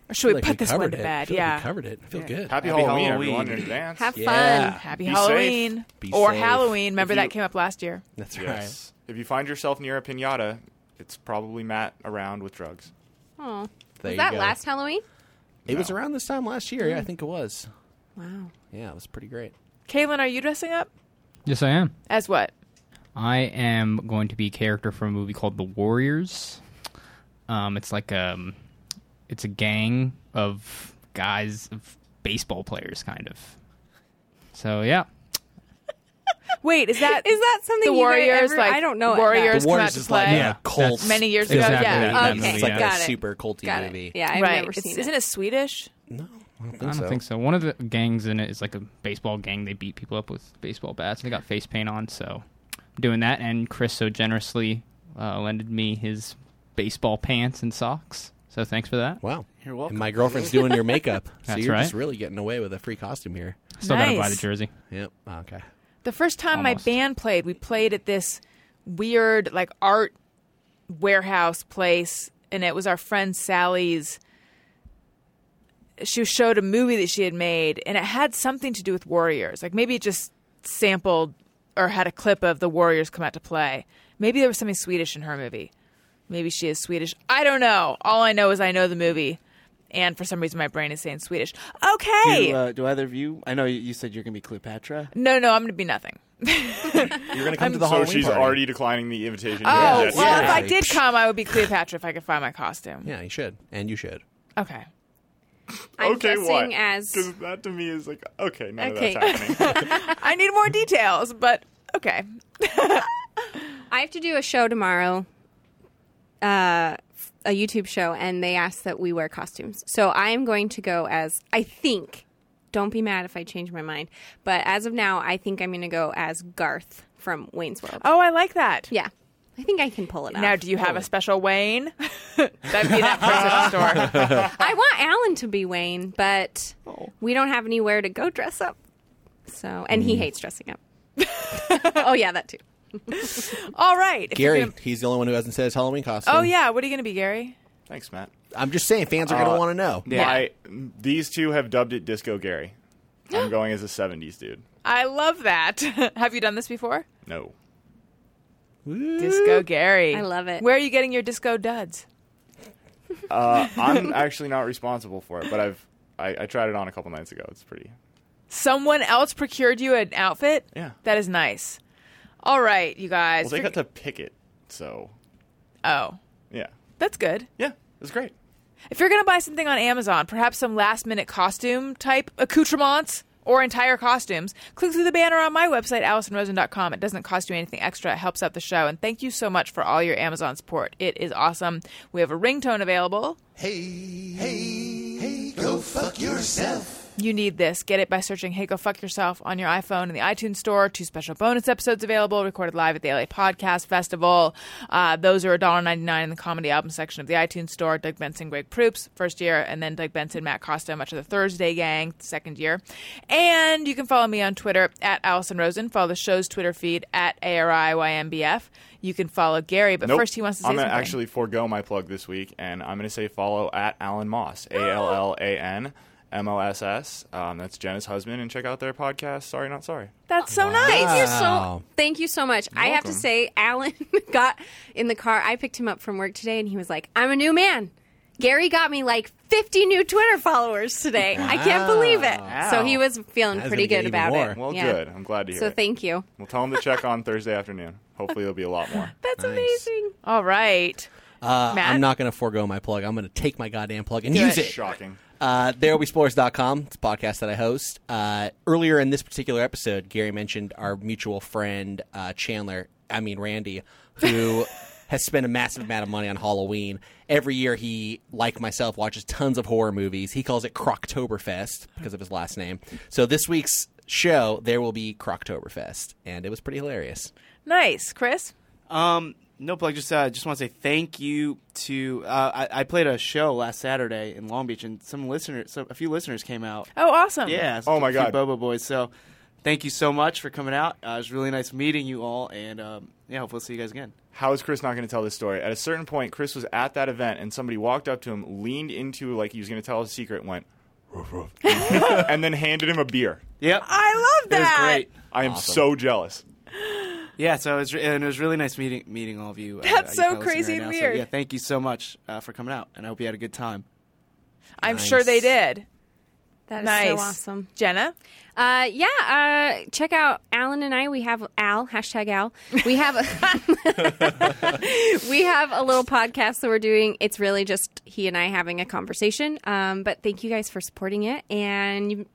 Speaker 1: Or should we
Speaker 6: Like
Speaker 1: put this one
Speaker 6: covered
Speaker 1: to
Speaker 6: it.
Speaker 1: bed?
Speaker 6: Feel like
Speaker 1: yeah.
Speaker 6: we covered it. I feel good.
Speaker 7: Happy,
Speaker 3: Happy
Speaker 7: Halloween,
Speaker 3: Halloween.
Speaker 7: everyone, in advance.
Speaker 4: Have
Speaker 6: Yeah.
Speaker 4: fun.
Speaker 1: Happy
Speaker 7: Be safe.
Speaker 1: Halloween
Speaker 6: Be
Speaker 1: or
Speaker 6: safe.
Speaker 1: Halloween. Remember
Speaker 7: If
Speaker 1: that
Speaker 7: you-
Speaker 1: came up last year.
Speaker 6: That's
Speaker 7: Yes. If you find yourself near a pinata, it's probably Matt around with drugs.
Speaker 4: Aw.
Speaker 6: There
Speaker 4: was
Speaker 6: you
Speaker 4: that
Speaker 6: go.
Speaker 4: last Halloween?
Speaker 6: It was around this time last year. Yeah, I
Speaker 1: Mm.
Speaker 6: think it was.
Speaker 4: Wow.
Speaker 6: Yeah, it was pretty great.
Speaker 1: Kaylin, are you dressing up
Speaker 5: Yes, I am.
Speaker 1: as what?
Speaker 5: I am going to be a character from a movie called The Warriors. Um, it's like um, it's a gang of guys of baseball players, kind of. So yeah,
Speaker 1: Wait, is that
Speaker 4: Is that something
Speaker 1: the
Speaker 4: you guys
Speaker 1: Warriors?
Speaker 4: ever-
Speaker 1: like
Speaker 4: I don't know it,
Speaker 1: Warriors
Speaker 6: The
Speaker 1: come
Speaker 6: Warriors
Speaker 1: out to
Speaker 6: is
Speaker 1: play.
Speaker 6: like yeah, cult.
Speaker 1: many years
Speaker 5: That's
Speaker 1: ago.
Speaker 5: exactly
Speaker 1: yeah,
Speaker 5: that- that
Speaker 4: Okay,
Speaker 5: movie,
Speaker 6: It's
Speaker 4: It's
Speaker 6: like
Speaker 5: yeah.
Speaker 4: got
Speaker 6: a
Speaker 4: it.
Speaker 6: super culty
Speaker 4: Got
Speaker 6: movie.
Speaker 4: it. Yeah, I've
Speaker 1: right.
Speaker 4: never
Speaker 1: It's-
Speaker 4: seen
Speaker 1: isn't
Speaker 4: it.
Speaker 1: it Swedish?
Speaker 6: No, I don't think
Speaker 5: I don't
Speaker 6: so.
Speaker 5: think so. One of the gangs in it is like a baseball gang. They beat people up with baseball bats. They got face paint on, so I'm doing that. And Chris so generously uh, lended me his baseball pants and socks. So thanks for that.
Speaker 6: Wow.
Speaker 3: You're welcome.
Speaker 6: And my girlfriend's doing your makeup. so
Speaker 5: That's
Speaker 6: you're just
Speaker 5: right.
Speaker 6: really getting away with a free costume here.
Speaker 5: Still gotta buy
Speaker 1: Nice.
Speaker 5: the jersey.
Speaker 6: Yep. Okay.
Speaker 1: The first time
Speaker 5: Almost.
Speaker 1: my band played, we played at this weird like art warehouse place, and it was our friend Sally's. She showed a movie that she had made, and it had something to do with warriors. Like maybe it just sampled or had a clip of the warriors come out to play. Maybe there was something Swedish in her movie. Maybe she is Swedish. I don't know. All I know is I know the movie, and for some reason my brain is saying Swedish. Okay.
Speaker 3: Do, uh, do either of you? I know you, you said you're gonna be Cleopatra.
Speaker 1: no, no, I'm going to be nothing.
Speaker 6: You're gonna come to the
Speaker 7: So
Speaker 6: Halloween
Speaker 7: she's
Speaker 6: party.
Speaker 7: already declining the invitation.
Speaker 1: Oh,
Speaker 7: Yes.
Speaker 1: well, if I
Speaker 6: Yeah.
Speaker 1: did come, I would be Cleopatra if I could find my costume.
Speaker 6: Yeah, you should, and you should.
Speaker 1: Okay.
Speaker 4: I'm
Speaker 7: okay,
Speaker 4: dressing
Speaker 7: what?
Speaker 4: as
Speaker 7: Because that to me is like, okay, none
Speaker 4: Okay.
Speaker 7: of that's happening.
Speaker 1: I need more details, but okay.
Speaker 4: I have to do a show tomorrow, uh, a YouTube show, and they asked that we wear costumes. So I am going to go as I think. Don't be mad if I change my mind, but as of now, I think I'm going to go as Garth from Wayne's World.
Speaker 1: Oh, I like that.
Speaker 4: Yeah, I think I can pull it
Speaker 1: Now,
Speaker 4: off.
Speaker 1: do you have a special Wayne? That'd be that person at the store.
Speaker 4: I want Alan to be Wayne, but
Speaker 1: Oh.
Speaker 4: we don't have anywhere to go dress up. So, and
Speaker 1: Mm.
Speaker 4: he hates dressing up. oh yeah, that too.
Speaker 1: All right. If you're
Speaker 6: Gary,
Speaker 1: gonna-
Speaker 6: he's the only one who hasn't said his Halloween costume.
Speaker 1: Oh, yeah. What are you going to be, Gary?
Speaker 7: Thanks, Matt.
Speaker 6: I'm just saying, fans are
Speaker 4: Uh,
Speaker 6: gonna want to know.
Speaker 7: My, these two have dubbed it Disco Gary. I'm going as a 70s dude.
Speaker 1: I love that. have you done this before?
Speaker 7: No.
Speaker 1: Disco Gary.
Speaker 4: Mm-hmm. I love it.
Speaker 1: Where are you getting your disco duds?
Speaker 7: Uh, I'm actually not responsible for it, but I've I, I tried it on a couple nights ago. It's pretty.
Speaker 1: Someone else procured you an outfit?
Speaker 7: Yeah.
Speaker 1: That is nice. All right, you guys.
Speaker 7: Well, they got
Speaker 1: Forget-
Speaker 7: to pick it, so
Speaker 1: oh,
Speaker 7: yeah,
Speaker 1: that's good.
Speaker 7: yeah, it's great.
Speaker 1: If you're going to buy something on Amazon, perhaps some last minute costume type accoutrements or entire costumes, click through the banner on my website, AllisonRosen.com. It doesn't cost you anything extra, it helps out the show. And thank you so much for all your Amazon support. It is awesome. We have a ringtone available.
Speaker 2: Go fuck yourself.
Speaker 1: You need this. Get it by searching Hey Go Fuck Yourself on your iPhone in the iTunes Store. Two special bonus episodes available, recorded live at the LA Podcast Festival. Uh, those are $1.99 in the comedy album section of the iTunes Store. Doug Benson, Greg Proops, first year, and then Doug Benson, Matt Costa, much of the Thursday gang, second year. And you can follow me on Twitter at Allison Rosen. Follow the show's Twitter feed at ARIYMBF. You can follow Gary, but
Speaker 7: Nope.
Speaker 1: first he wants to say
Speaker 7: I'm gonna
Speaker 1: something.
Speaker 7: actually forego my plug this week, and I'm gonna say follow at Alan Moss, A L L A N M O S S.
Speaker 1: Oh!
Speaker 7: Um, That's Jenna's husband, and check out their podcast. Sorry, not sorry.
Speaker 1: That's so nice.
Speaker 4: Thank you
Speaker 6: Wow.
Speaker 4: so thank you so much. I have to
Speaker 7: welcome.
Speaker 4: say, Alan got in the car. I picked him up from work today, and he was like, "I'm a new man." Gary got me like 50 new Twitter followers today. I can't believe it. So he was feeling
Speaker 6: That's
Speaker 4: pretty
Speaker 6: gonna get
Speaker 4: good about
Speaker 6: even
Speaker 4: it.
Speaker 6: more.
Speaker 7: Well,
Speaker 4: Yeah.
Speaker 7: good. I'm glad to hear
Speaker 4: So
Speaker 7: it.
Speaker 4: thank you.
Speaker 7: we'll tell them to check on Thursday afternoon. Hopefully, there'll be a lot more.
Speaker 4: That's amazing.
Speaker 1: All right.
Speaker 6: Uh,
Speaker 1: Matt?
Speaker 6: I'm not gonna forego my plug. I'm gonna take my goddamn plug and
Speaker 1: Do
Speaker 6: use
Speaker 1: it.
Speaker 6: it.
Speaker 7: Shocking.
Speaker 6: Uh, ThereWillBeSpoilers.com. It's a podcast that I host. Uh, earlier in this particular episode, Gary mentioned our mutual friend uh, Chandler, I mean Randy, who has spent a massive amount of money on Halloween. Every year, he, like myself, watches tons of horror movies. He calls it Croctoberfest because of his last name. So this week's show, there will be Croctoberfest, and it was pretty hilarious.
Speaker 1: Nice, Chris.
Speaker 3: Um, no plug. Just uh, just want to say thank you to. Uh, I, I played a show last Saturday in Long Beach, and some listeners, some, a few listeners came out.
Speaker 1: Oh, awesome.
Speaker 3: Yeah.
Speaker 7: Oh, my
Speaker 3: a few
Speaker 7: God.
Speaker 3: Bobo Boys. So, thank you so much for coming out. Uh, it was really nice meeting you all, and um, yeah, hopefully see you guys again.
Speaker 7: How is Chris not going to tell this story? At a certain point, Chris was at that event, and somebody walked up to him, leaned into like he was going to tell a secret, and went, "Ruff, ruff," and then handed him a beer.
Speaker 3: Yep.
Speaker 1: I love
Speaker 3: it was
Speaker 1: that.
Speaker 3: great.
Speaker 7: I am
Speaker 6: Awesome.
Speaker 7: so jealous.
Speaker 3: Yeah, so it was, re- and it was really nice meeting meeting all of you. uh,
Speaker 1: That's so
Speaker 3: you fellas here
Speaker 1: crazy and
Speaker 3: now. So,
Speaker 1: weird.
Speaker 3: yeah, thank you so much uh, for coming out, and I hope you had a good time.
Speaker 1: I'm sure they did.
Speaker 4: That's
Speaker 1: Nice.
Speaker 4: so awesome.
Speaker 1: Jenna?
Speaker 4: Uh, yeah, uh, check out Alan and I. We have Al hashtag Al. We have a, we have a little podcast that we're doing. It's really just he and I having a conversation. Um, but thank you guys for supporting it. And you-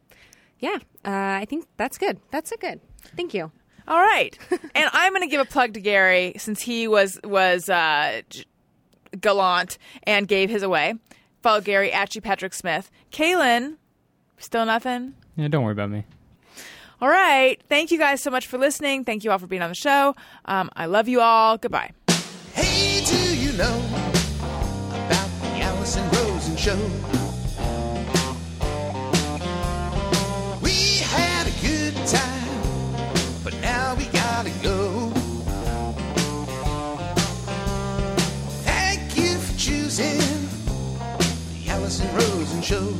Speaker 4: yeah, uh, I think that's good. That's a good. Thank you.
Speaker 1: All right. and I'm going to give a plug to Gary since he was was uh, j- gallant and gave his away. Follow Gary at G. Patrick Smith. Kaylin, still nothing?
Speaker 5: Yeah, don't worry about me.
Speaker 1: All right. Thank you guys so much for listening. Thank you all for being on the show. Um, I love you all. Goodbye.
Speaker 2: Hey, do you know about the Allison Rosen show? We had a good time, but now we gotta go. Thank you for choosing the Allison Rosen show.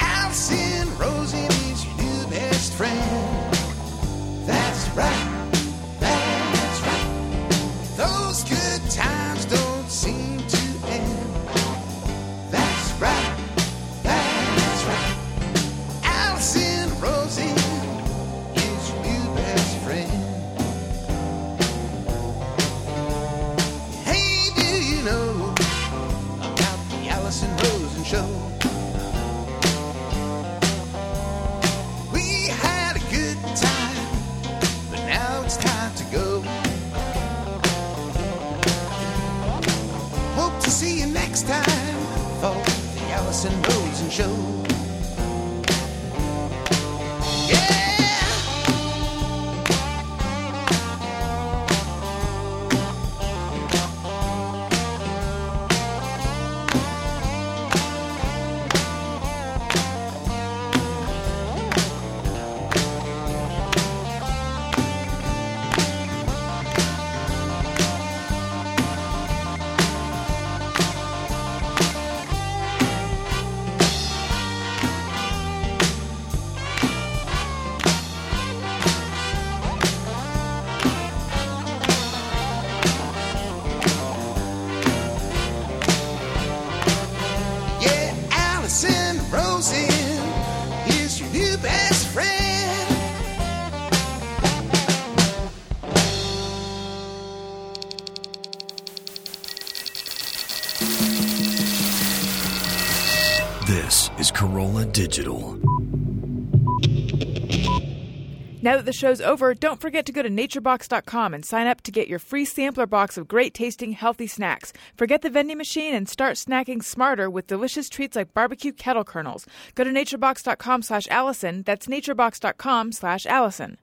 Speaker 2: Allison Rosen is your new best friend. That's right. That's right. Those good times don't seem to end. That's right. That's right. Allison Rosie is your new best friend. Hey, do you know about the Allison Rosen show? We had a good time. But now it's time to go. Hope to see you next time for the Allison Rosen Show. Yeah! Yeah, Allison Rosen is your new best friend.
Speaker 10: This is Corolla Digital.
Speaker 1: Now that the show's over, don't forget to go to naturebox.com and sign up to get your free sampler box of great tasting, healthy snacks. Forget the vending machine and start snacking smarter with delicious treats like barbecue kettle kernels. Go to naturebox.com slash Allison. That's naturebox.com slash Allison.